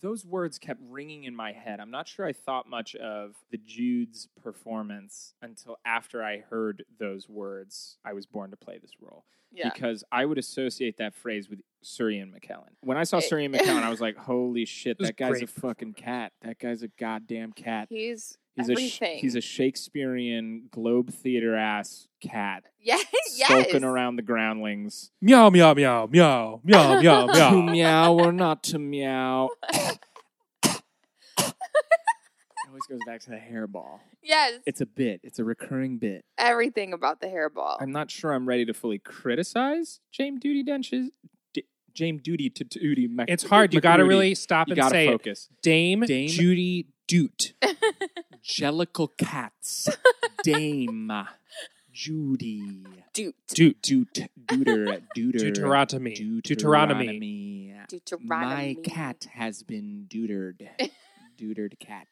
Speaker 4: Those words kept ringing in my head. I'm not sure I thought much of the Jude's performance until after I heard those words. I was born to play this role
Speaker 2: Yeah.
Speaker 4: because I would associate that phrase with Sir Ian McKellen. When I saw
Speaker 2: It-
Speaker 4: Sir Ian McKellen, I was like, "Holy shit,
Speaker 3: It was
Speaker 4: that guy's a
Speaker 3: great
Speaker 4: fucking cat. That guy's a goddamn cat.
Speaker 2: He's,
Speaker 4: He's a
Speaker 2: everything.
Speaker 4: sh- he's a Shakespearean globe theater ass cat,
Speaker 2: yeah, (laughs) (laughs) yes.
Speaker 4: skulking around the groundlings."
Speaker 3: Meow, meow, meow, meow,
Speaker 4: (laughs)
Speaker 3: meow, meow,
Speaker 4: to
Speaker 3: meow.
Speaker 4: meow or not to meow. it always goes back to the hairball.
Speaker 2: Yes,
Speaker 4: It's a bit. It's a recurring bit.
Speaker 2: everything about the hairball.
Speaker 4: I'm not sure I'm ready to fully criticize James Duty Dench's D- James Duty to Duty. Mac-
Speaker 3: It's hard. You got to
Speaker 4: McRudy.
Speaker 3: really stop
Speaker 4: You
Speaker 3: and
Speaker 4: gotta
Speaker 3: say it.
Speaker 4: focus.
Speaker 3: Dame,
Speaker 4: Dame-
Speaker 3: Judy Doot.
Speaker 4: Jellicle
Speaker 3: (laughs)
Speaker 4: cats. Dame Judy.
Speaker 2: Dude.
Speaker 3: Doot.
Speaker 4: Doot Deuter Deuter
Speaker 3: Deuteronomy. Deuteronomy.
Speaker 2: Deuteronomy.
Speaker 4: My cat has been deutered. Deutered cat.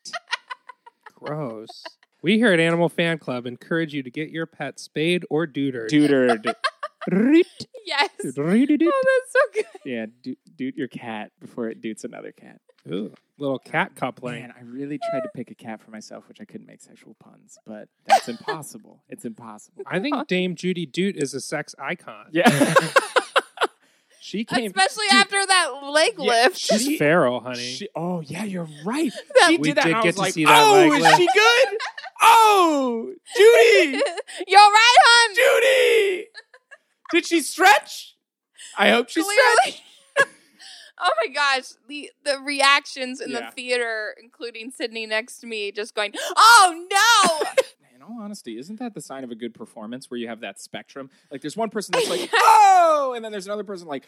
Speaker 3: Gross. We here at Animal Fan Club encourage you to get your pet spayed or deutered. (laughs)
Speaker 4: Deutered.
Speaker 2: (laughs) Yes.
Speaker 4: Doot-doot-doot.
Speaker 2: Oh, that's so good.
Speaker 4: (laughs) yeah, doot, doot your cat before it doots another cat.
Speaker 3: Ooh, little cat coupling.
Speaker 4: Man, I really tried to pick a cat for myself, which I couldn't make sexual puns, but (laughs) that's impossible. It's impossible.
Speaker 3: I think Dame Judy Doot is a sex icon.
Speaker 4: Yeah. (laughs) she came.
Speaker 2: Especially
Speaker 4: dude,
Speaker 2: after that leg
Speaker 4: yeah,
Speaker 2: lift.
Speaker 3: She's
Speaker 4: she-
Speaker 3: feral, honey.
Speaker 4: she- oh, yeah, you're right.
Speaker 2: That-
Speaker 4: She
Speaker 3: We
Speaker 4: did that.
Speaker 3: did
Speaker 4: and I
Speaker 3: get
Speaker 4: was
Speaker 3: to
Speaker 4: like,
Speaker 3: see that
Speaker 4: Oh,
Speaker 3: leg
Speaker 4: is
Speaker 3: lift."
Speaker 4: she good? Oh,
Speaker 3: (laughs)
Speaker 4: Judy,
Speaker 2: you all right, hon?
Speaker 4: Judy. Did she stretch? I hope she stretched.
Speaker 2: Clearly. oh my gosh. The the reactions in
Speaker 4: Yeah.
Speaker 2: the theater, including Sydney next to me, just going, Oh
Speaker 4: (laughs)
Speaker 2: no.
Speaker 4: In all honesty, isn't that the sign of a good performance where you have that spectrum? Like, there's one person that's
Speaker 2: (laughs)
Speaker 4: like, oh, and then there's another person like,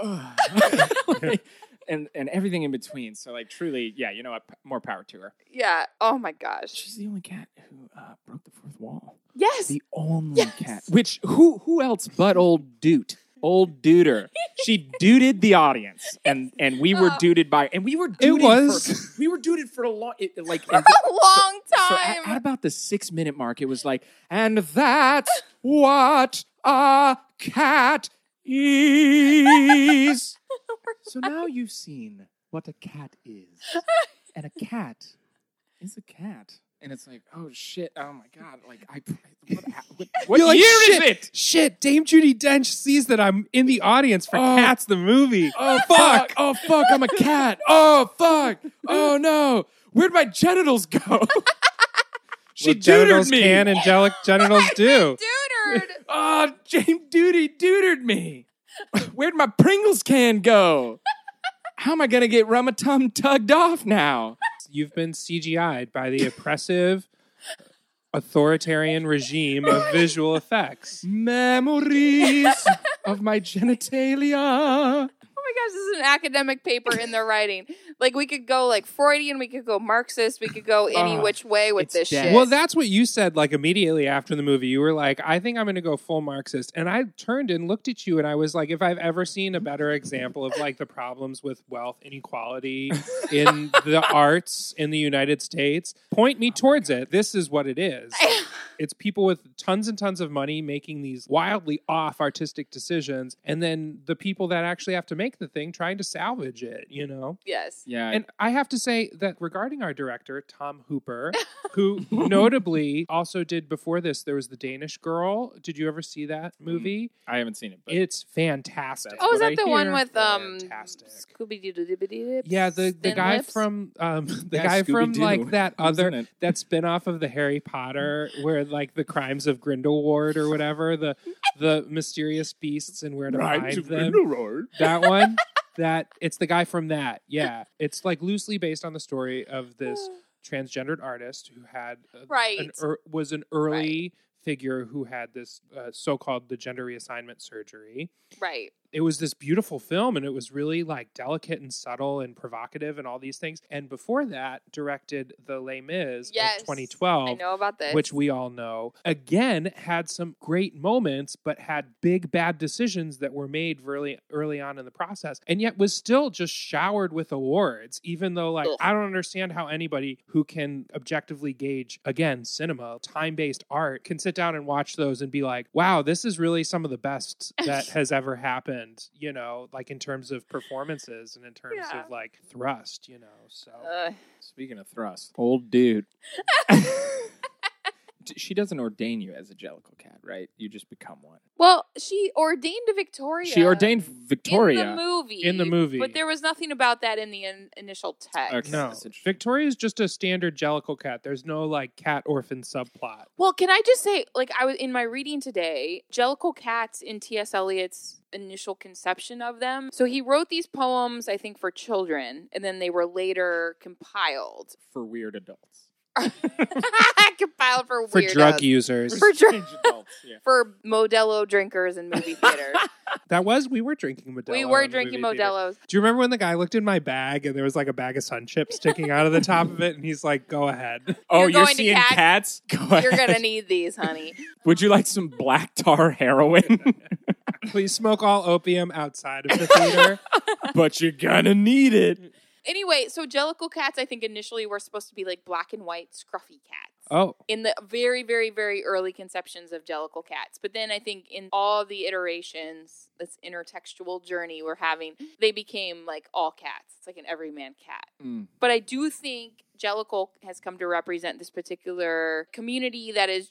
Speaker 4: "Ugh." (laughs) Like, and and everything in between. So, like, truly, yeah, you know what? P- More power to her.
Speaker 2: yeah. Oh my gosh.
Speaker 4: She's the only cat who uh, broke the fourth wall.
Speaker 2: Yes.
Speaker 4: The only
Speaker 2: Yes.
Speaker 4: cat. Which who who else but old Doot? Old Duder. She dooted the audience, and and we were
Speaker 2: Oh.
Speaker 4: dooted by, and we were
Speaker 3: It
Speaker 4: dooted
Speaker 3: was-
Speaker 4: for, (laughs) we were dooted for a long, it,
Speaker 2: (laughs)
Speaker 4: like.
Speaker 2: For a long
Speaker 4: So at,
Speaker 2: (laughs)
Speaker 4: at
Speaker 2: time.
Speaker 4: about the six minute mark, it was like, and that's what a cat is. so now you've seen what a cat is. And a cat is a cat. And it's like, oh shit, oh my god, like I, what, (laughs) what, what
Speaker 3: You're like,
Speaker 4: year
Speaker 3: shit,
Speaker 4: is it?
Speaker 3: Shit, Dame Judy Dench sees that I'm in the audience for
Speaker 4: Oh.
Speaker 3: Cats the movie.
Speaker 4: Oh fuck, oh fuck, I'm a cat. Oh fuck, oh no, where'd my genitals (laughs) go? she
Speaker 3: Well,
Speaker 4: genitals
Speaker 3: genitals
Speaker 4: me.
Speaker 3: can, angelic (laughs) genitals do.
Speaker 2: Dude.
Speaker 4: Oh, James Duty dudered me. Where'd my Pringles can go? How am I gonna get Rumatum tugged off now?
Speaker 3: You've been CGI'd by the oppressive, authoritarian regime of visual effects.
Speaker 4: Memories of my genitalia.
Speaker 2: Oh my gosh, this is an academic paper in their writing. Like we could go like Freudian, we could go Marxist, we could go any
Speaker 4: Ah,
Speaker 2: which way with
Speaker 4: it's
Speaker 2: this
Speaker 4: dead.
Speaker 2: shit.
Speaker 3: Well, that's what you said like immediately after the movie. You were like, I think I'm going to go full Marxist. And I turned and looked at you and I was like, if I've ever seen a better example of like the problems with wealth inequality in the arts in the United States, point me towards it. This is what it is. It's people with tons and tons of money making these wildly off artistic decisions and then the people that actually have to make the thing trying to salvage it, you know?
Speaker 2: yes.
Speaker 4: Yeah,
Speaker 3: And I have to say that regarding our director, Tom
Speaker 4: (laughs)
Speaker 3: Hooper, who notably also did before this, there was The Danish Girl. Did you ever see that movie?
Speaker 4: I haven't seen it, Mm-hmm. but
Speaker 3: It's fantastic.
Speaker 4: That's
Speaker 2: Oh, is
Speaker 4: what
Speaker 2: that
Speaker 4: I
Speaker 2: the one
Speaker 4: hear.
Speaker 2: with um
Speaker 3: Fantastic.
Speaker 2: Scooby Doo Doo
Speaker 3: yeah, the, the guy from um, (laughs) the
Speaker 4: Yeah,
Speaker 3: guy from
Speaker 4: Scooby-Doo.
Speaker 3: like that
Speaker 4: Who's in
Speaker 3: other
Speaker 4: it?
Speaker 3: that spin-off of the Harry Potter where like the crimes of Grindelwald or whatever, the the mysterious beasts and where to find them. That one? that it's the guy from that. Yeah. It's like loosely based on the story of this transgendered artist who had a, an
Speaker 2: Right.
Speaker 3: er, was an early figure who had this uh, so-called the gender reassignment surgery
Speaker 2: Right.
Speaker 3: it was this beautiful film and it was really like delicate and subtle and provocative and all these things. And before that, directed The Les Mis
Speaker 2: Yes.
Speaker 3: of 2012.
Speaker 2: I know about this.
Speaker 3: Which we all know. Again, had some great moments, but had big bad decisions that were made really early on in the process, and yet was still just showered with awards. Even though, like,
Speaker 2: Ugh.
Speaker 3: I don't understand how anybody who can objectively gauge again cinema, time based art, can sit down and watch those and be like, "Wow, this is really some of the
Speaker 2: (laughs)
Speaker 3: best that has ever happened." You know, like in terms of performances and in terms
Speaker 2: Yeah.
Speaker 3: of like thrust. You know, so
Speaker 2: Ugh.
Speaker 4: Speaking of thrust, old dude. (laughs) D- she doesn't ordain you as a Jellicle cat, right? You just become one.
Speaker 2: well, she ordained Victoria.
Speaker 4: She ordained
Speaker 2: in the
Speaker 4: Victoria.
Speaker 2: movie.
Speaker 3: In the movie.
Speaker 2: but there was nothing about that in the in- initial text.
Speaker 4: Okay.
Speaker 3: No,
Speaker 4: That's interesting.
Speaker 3: Victoria is just a standard Jellicle cat. There's no like cat orphan subplot.
Speaker 2: Well, can I just say, like, I was in my reading today, Jellicle cats in T.S. Eliot's initial conception of them. So he wrote these poems, I think, for children, and then they were later compiled.
Speaker 4: for weird adults.
Speaker 2: compiled for
Speaker 3: for
Speaker 2: weirdos.
Speaker 3: drug users.
Speaker 2: For drug-
Speaker 4: strange adults, yeah.
Speaker 2: for Modelo drinkers in movie theaters.
Speaker 3: that was we were drinking Modelo.
Speaker 2: we
Speaker 3: in
Speaker 2: were
Speaker 3: the
Speaker 2: drinking
Speaker 3: movie theater.
Speaker 2: Modelo's.
Speaker 3: Do you remember when the guy looked in my bag and there was like a bag of sun chips sticking out of the top of it, and he's like, "Go ahead."
Speaker 4: Oh,
Speaker 2: You're
Speaker 4: you're,
Speaker 2: going to
Speaker 4: seeing
Speaker 2: cat-
Speaker 4: cats? (laughs) Go
Speaker 2: You're
Speaker 4: ahead.
Speaker 2: gonna need these, honey.
Speaker 4: Would you like some black
Speaker 2: (laughs)
Speaker 4: tar heroin?
Speaker 3: Please smoke all opium outside of the theater.
Speaker 4: but you're gonna need it.
Speaker 2: Anyway, so Jellicle cats, I think initially were supposed to be like black and white scruffy cats.
Speaker 3: oh,
Speaker 2: in the very, very, very early conceptions of Jellicle cats. But then I think in all the iterations, this intertextual journey we're having, they became like all cats. It's like an everyman cat.
Speaker 4: Mm.
Speaker 2: But I do think Jellicle has come to represent this particular community that is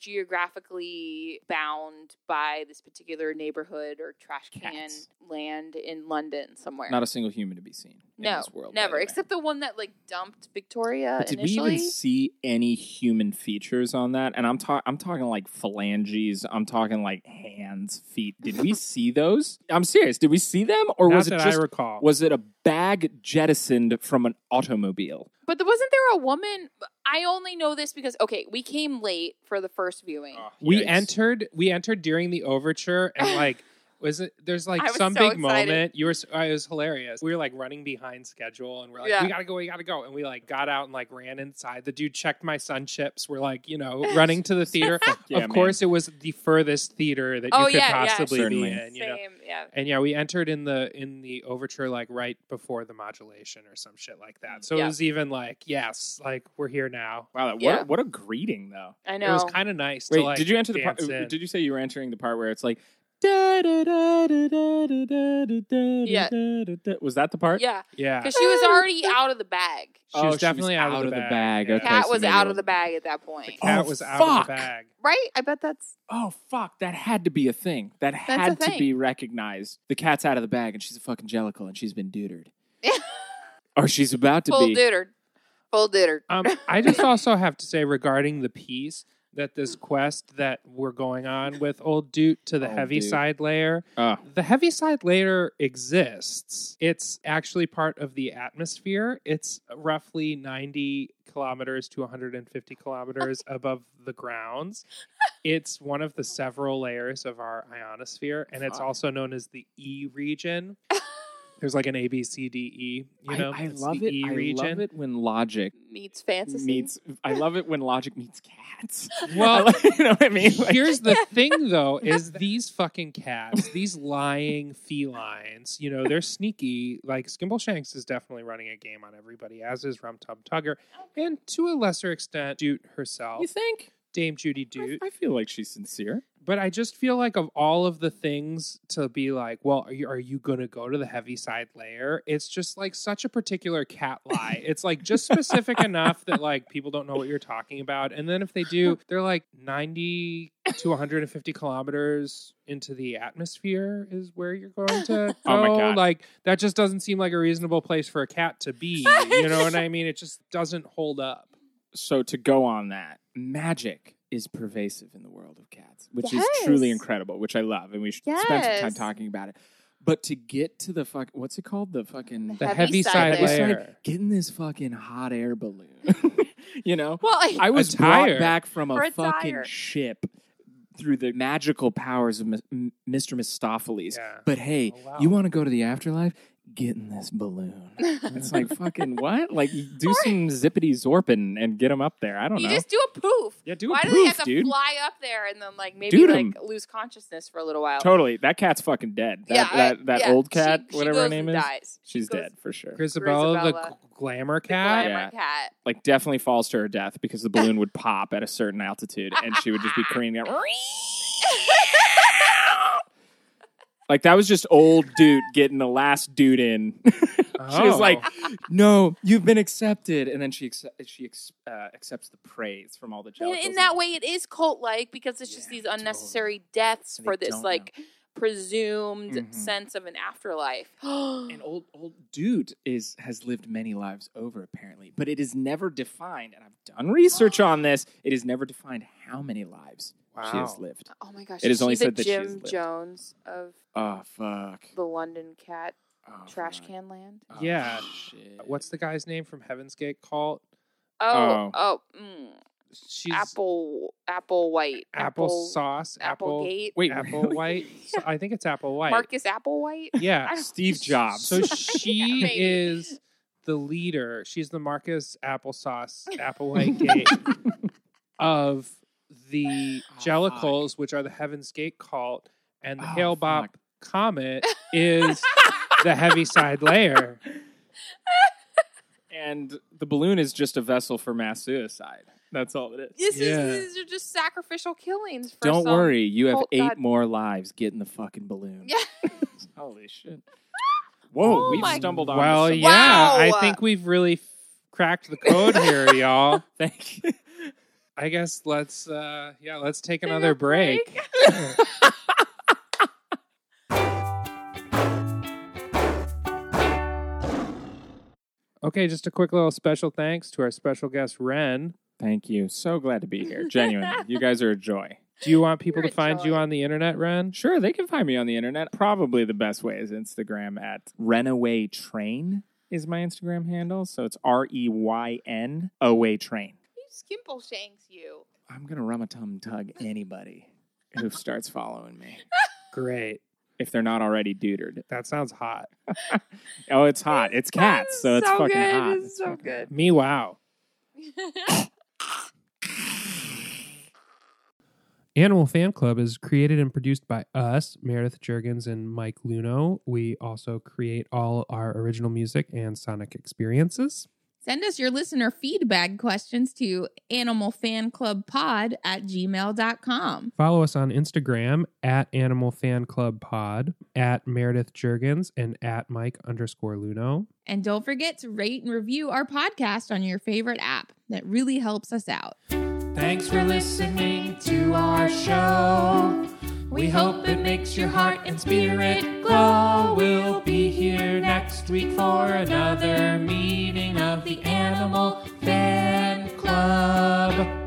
Speaker 2: geographically bound by this particular neighborhood or trash can
Speaker 4: Cats.
Speaker 2: land in London somewhere.
Speaker 4: Not a single human to be seen in
Speaker 2: no,
Speaker 4: this world. by
Speaker 2: never.
Speaker 4: the way.
Speaker 2: Except the one that like dumped Victoria
Speaker 4: But did
Speaker 2: initially.
Speaker 4: we even see any human features on that? And I'm talking, I'm talking like phalanges. I'm talking like hands, feet. Did (laughs) we see those? I'm serious. Did we see them, or
Speaker 3: not
Speaker 4: was it
Speaker 3: that
Speaker 4: just
Speaker 3: I recall.
Speaker 4: was it a bag jettisoned from an automobile?
Speaker 2: But there, wasn't there a woman? I only know this because okay, we came late for the first viewing.
Speaker 3: we
Speaker 4: Yikes.
Speaker 3: entered. We entered during the overture,
Speaker 2: (laughs)
Speaker 3: and like. Was it there's like
Speaker 2: I was
Speaker 3: some
Speaker 2: so
Speaker 3: big
Speaker 2: excited.
Speaker 3: moment you were s- uh, it was hilarious. We were like running behind schedule and we're like,
Speaker 2: Yeah.
Speaker 3: we gotta go, we gotta go. And we like got out and like ran inside. The dude checked my sun chips. We're like, you
Speaker 2: (laughs)
Speaker 3: know, running to the theater.
Speaker 4: Yeah,
Speaker 3: of
Speaker 4: man.
Speaker 3: course, it was the furthest theater that
Speaker 2: Oh,
Speaker 3: you could
Speaker 2: yeah, yeah.
Speaker 3: possibly be
Speaker 4: Certainly.
Speaker 3: in. You know?
Speaker 2: Same, yeah.
Speaker 3: And yeah, we entered in the in the overture like right before the modulation or some shit like that. So
Speaker 2: Mm, Yeah.
Speaker 3: it was even like, yes, like we're here now.
Speaker 4: Wow, that,
Speaker 2: Yeah.
Speaker 4: what a, what a greeting though.
Speaker 2: I
Speaker 3: It was
Speaker 2: know.
Speaker 3: kind of nice.
Speaker 4: Wait,
Speaker 3: to, like,
Speaker 4: did you enter the part?
Speaker 3: dance in.
Speaker 4: Did you say you were entering the part where it's like? Da, da, da, da, da, da, da, da, da,
Speaker 2: Yeah.
Speaker 4: da, da, da. Was that the part?
Speaker 2: yeah,
Speaker 3: yeah,
Speaker 4: (laughs)
Speaker 2: because she was already out of the bag.
Speaker 3: Oh, she was definitely out, of the bag.
Speaker 4: okay.
Speaker 2: Cat
Speaker 4: so
Speaker 2: was
Speaker 4: maybe
Speaker 2: out
Speaker 4: it
Speaker 2: of the
Speaker 4: wasn't.
Speaker 2: bag at that point,
Speaker 4: Oh,
Speaker 3: Cat was out of
Speaker 4: fuck.
Speaker 3: the bag.
Speaker 2: right? I bet that's
Speaker 4: Oh fuck, that had to be a thing. That
Speaker 2: a
Speaker 4: had to
Speaker 2: thing.
Speaker 4: be recognized. The cat's out of the bag and she's a fucking jellicle and she's been deutered. or she's about to
Speaker 2: full
Speaker 4: be.
Speaker 2: duder, full duder.
Speaker 4: (laughs)
Speaker 3: Um, I just also have to say regarding the piece that this quest that we're going on with old Dude to the
Speaker 4: Old
Speaker 3: heavy
Speaker 4: Dute.
Speaker 3: side layer.
Speaker 4: Oh.
Speaker 3: The Heaviside Layer exists. It's actually part of the atmosphere. It's roughly 90 kilometers to 150
Speaker 4: (laughs)
Speaker 3: kilometers above the grounds. It's one of the several layers of our ionosphere, and it's
Speaker 4: Fuck.
Speaker 3: also known as the E
Speaker 4: (laughs)
Speaker 3: region. There's like an A, B, C, D, E. You know,
Speaker 4: I, I
Speaker 3: It's
Speaker 4: love
Speaker 3: the
Speaker 4: it.
Speaker 3: E
Speaker 4: I
Speaker 3: region.
Speaker 4: love it when logic
Speaker 2: Meets fantasy.
Speaker 4: meets I love it when logic meets cats. (laughs) I
Speaker 3: Well,
Speaker 4: like- you know what I (laughs) mean? Like,
Speaker 3: Here's the thing, though, is these fucking cats, these lying felines, you know, they're sneaky. Like Skimble Shanks is definitely running a game on everybody, as is Rum Tub Tugger, and to a lesser extent, Doot herself,
Speaker 4: you think?
Speaker 3: Dame Judy
Speaker 4: I,
Speaker 3: Doot.
Speaker 4: I feel like she's sincere.
Speaker 3: But I just feel like of all of the things to be like, well, are you, are you going to go to the heavy side layer? It's just like such a particular cat lie. It's like just specific enough that like people don't know what you're talking about. And then if they do, they're like 90 to 150 kilometers into the atmosphere is where you're going to go.
Speaker 4: Oh my God.
Speaker 3: Like that just doesn't seem like a reasonable place for a cat to be. You know what I mean? It just doesn't hold up.
Speaker 4: so to go on that, magic is pervasive in the world of cats, which
Speaker 2: Yes.
Speaker 4: is truly incredible, which I love, and we should spend some time
Speaker 2: Yes.
Speaker 4: talking about it. But to get to the fuck, what's it called? The fucking
Speaker 3: The
Speaker 2: Heavy
Speaker 3: heavy,
Speaker 2: side
Speaker 3: side,
Speaker 4: Heavy
Speaker 3: layer. Oh,
Speaker 4: side, get in this fucking hot air balloon. (laughs) you know,
Speaker 2: well, I,
Speaker 4: I was
Speaker 3: tire.
Speaker 4: brought back from
Speaker 2: Or a
Speaker 4: a fucking
Speaker 2: tire.
Speaker 4: ship through the magical powers of Mis- M- Mr. Mistopheles.
Speaker 3: Yeah.
Speaker 4: But hey,
Speaker 3: Oh, wow.
Speaker 4: you want to go to the afterlife? Get in this balloon.
Speaker 2: (laughs)
Speaker 4: it's like fucking what? Like you do some zippity zorping and get them up there. I don't
Speaker 2: (laughs) You
Speaker 4: know.
Speaker 2: just do a poof.
Speaker 4: yeah, do
Speaker 2: Why
Speaker 4: a
Speaker 2: do they
Speaker 4: poof,
Speaker 2: have to
Speaker 4: dude.
Speaker 2: fly up there and then like maybe
Speaker 4: Dude 'em.
Speaker 2: like lose consciousness for a little while?
Speaker 4: Totally, that cat's fucking dead. That
Speaker 2: yeah, I-
Speaker 4: that, that
Speaker 2: yeah,
Speaker 4: old cat,
Speaker 2: she, she
Speaker 4: whatever her
Speaker 2: goes
Speaker 4: name
Speaker 2: and
Speaker 4: is,
Speaker 2: dies. She
Speaker 4: she's
Speaker 2: goes-
Speaker 4: dead for sure.
Speaker 3: Grisabella, the
Speaker 2: Grisabella.
Speaker 3: g- glamour
Speaker 2: The
Speaker 3: cat.
Speaker 2: glamour
Speaker 4: Yeah. (laughs)
Speaker 2: cat.
Speaker 4: like definitely falls to her death because the balloon would pop at a certain altitude and she would
Speaker 2: (laughs)
Speaker 4: just be careening out. like that was just old dude getting the last dude in. (laughs) she was
Speaker 3: Oh.
Speaker 4: like, "No, you've been accepted," and then she acce- she ex- uh, accepts the praise from all the
Speaker 2: And
Speaker 4: jellicles.
Speaker 2: in that way, it is cult like because it's just
Speaker 4: Yeah,
Speaker 2: these unnecessary deaths
Speaker 4: And they
Speaker 2: for this
Speaker 4: don't know.
Speaker 2: like presumed
Speaker 4: Mhm.
Speaker 2: sense of an afterlife. (gasps)
Speaker 4: an old old dude is has lived many lives over apparently, but it is never defined. And I've done research on this. It is never defined how many lives she has
Speaker 3: Wow.
Speaker 4: lived.
Speaker 2: oh my gosh!
Speaker 4: It is
Speaker 2: she
Speaker 4: only
Speaker 2: the
Speaker 4: said that she has
Speaker 2: Jim
Speaker 4: lived.
Speaker 2: Jones of
Speaker 4: Oh fuck!
Speaker 2: the London cat
Speaker 4: Oh,
Speaker 2: trash
Speaker 4: fuck.
Speaker 2: can land.
Speaker 4: Oh,
Speaker 3: Yeah.
Speaker 4: shit.
Speaker 3: What's the guy's name from Heaven's Gate cult?
Speaker 2: Oh, oh, mm,
Speaker 3: She's
Speaker 2: apple, apple white,
Speaker 3: Applesauce. Apple.
Speaker 2: Applegate.
Speaker 3: Wait, Apple White. So- I think it's Apple White.
Speaker 2: Marcus Applewhite.
Speaker 3: (laughs) Yeah.
Speaker 4: Steve Jobs?
Speaker 2: (laughs)
Speaker 3: So she
Speaker 2: maybe.
Speaker 3: is the leader. She's the Marcus Applesauce
Speaker 2: (laughs)
Speaker 3: Applewhite
Speaker 4: (laughs)
Speaker 3: Gate of the
Speaker 4: Oh,
Speaker 3: Jellicles, which are the Heaven's Gate cult, and the
Speaker 4: Oh,
Speaker 3: Hale Bop
Speaker 4: fuck.
Speaker 3: Comet is
Speaker 5: (laughs)
Speaker 3: the Heaviside Layer.
Speaker 4: and the balloon is just a vessel for mass suicide. That's all it is.
Speaker 2: This
Speaker 3: Yeah.
Speaker 2: is these are just sacrificial killings. For
Speaker 4: Don't
Speaker 5: (laughs)
Speaker 2: some-
Speaker 4: worry, you have
Speaker 2: cult
Speaker 4: eight
Speaker 2: god.
Speaker 4: more lives. Get in the fucking balloon.
Speaker 2: Yeah.
Speaker 4: Holy shit! Whoa,
Speaker 2: Oh
Speaker 4: we've
Speaker 2: my-
Speaker 4: stumbled on.
Speaker 3: Well,
Speaker 4: something.
Speaker 3: yeah, I
Speaker 2: Wow.
Speaker 3: think we've really f- cracked the code
Speaker 2: (laughs)
Speaker 3: here, y'all.
Speaker 4: Thank you.
Speaker 3: I guess let's uh yeah, let's take
Speaker 2: Take a
Speaker 3: another break. (laughs) okay, just a quick little special thanks to our special guest Ren.
Speaker 4: Thank you. So glad to be here. Genuinely, you guys are a joy.
Speaker 3: Do you want people
Speaker 2: You're
Speaker 3: to
Speaker 2: a
Speaker 3: find
Speaker 2: joy.
Speaker 3: you on the internet, Ren?
Speaker 4: Sure, they can find me on the internet. Probably the best way is Instagram at Renaway Train is my Instagram handle. So it's R E Y N Away Train.
Speaker 2: You skimple shanks you.
Speaker 4: I'm gonna rum a tum tug anybody who starts following me
Speaker 3: Great.
Speaker 4: if they're not already deutered.
Speaker 3: That sounds hot.
Speaker 4: Oh, it's hot. It's cats, so it's fucking
Speaker 2: good.
Speaker 4: hot.
Speaker 2: It's so good.
Speaker 3: Me wow. (coughs) Animal Fan Club is created and produced by us, Meredith Jurgens and Mike Luno. We also create all our original music and sonic experiences.
Speaker 5: Send us your listener feedback questions to animalfanclubpod at gmail.com.
Speaker 3: Follow us on Instagram at Animal Fan Club Pod, at Meredith Jurgens, and at Mike underscore Luno.
Speaker 5: And don't forget to rate and review our podcast on your favorite app. That really helps us out.
Speaker 1: Thanks for listening to our show. We hope it makes your heart and spirit glow. We'll be here next week for another meeting of the Animal Fan Club.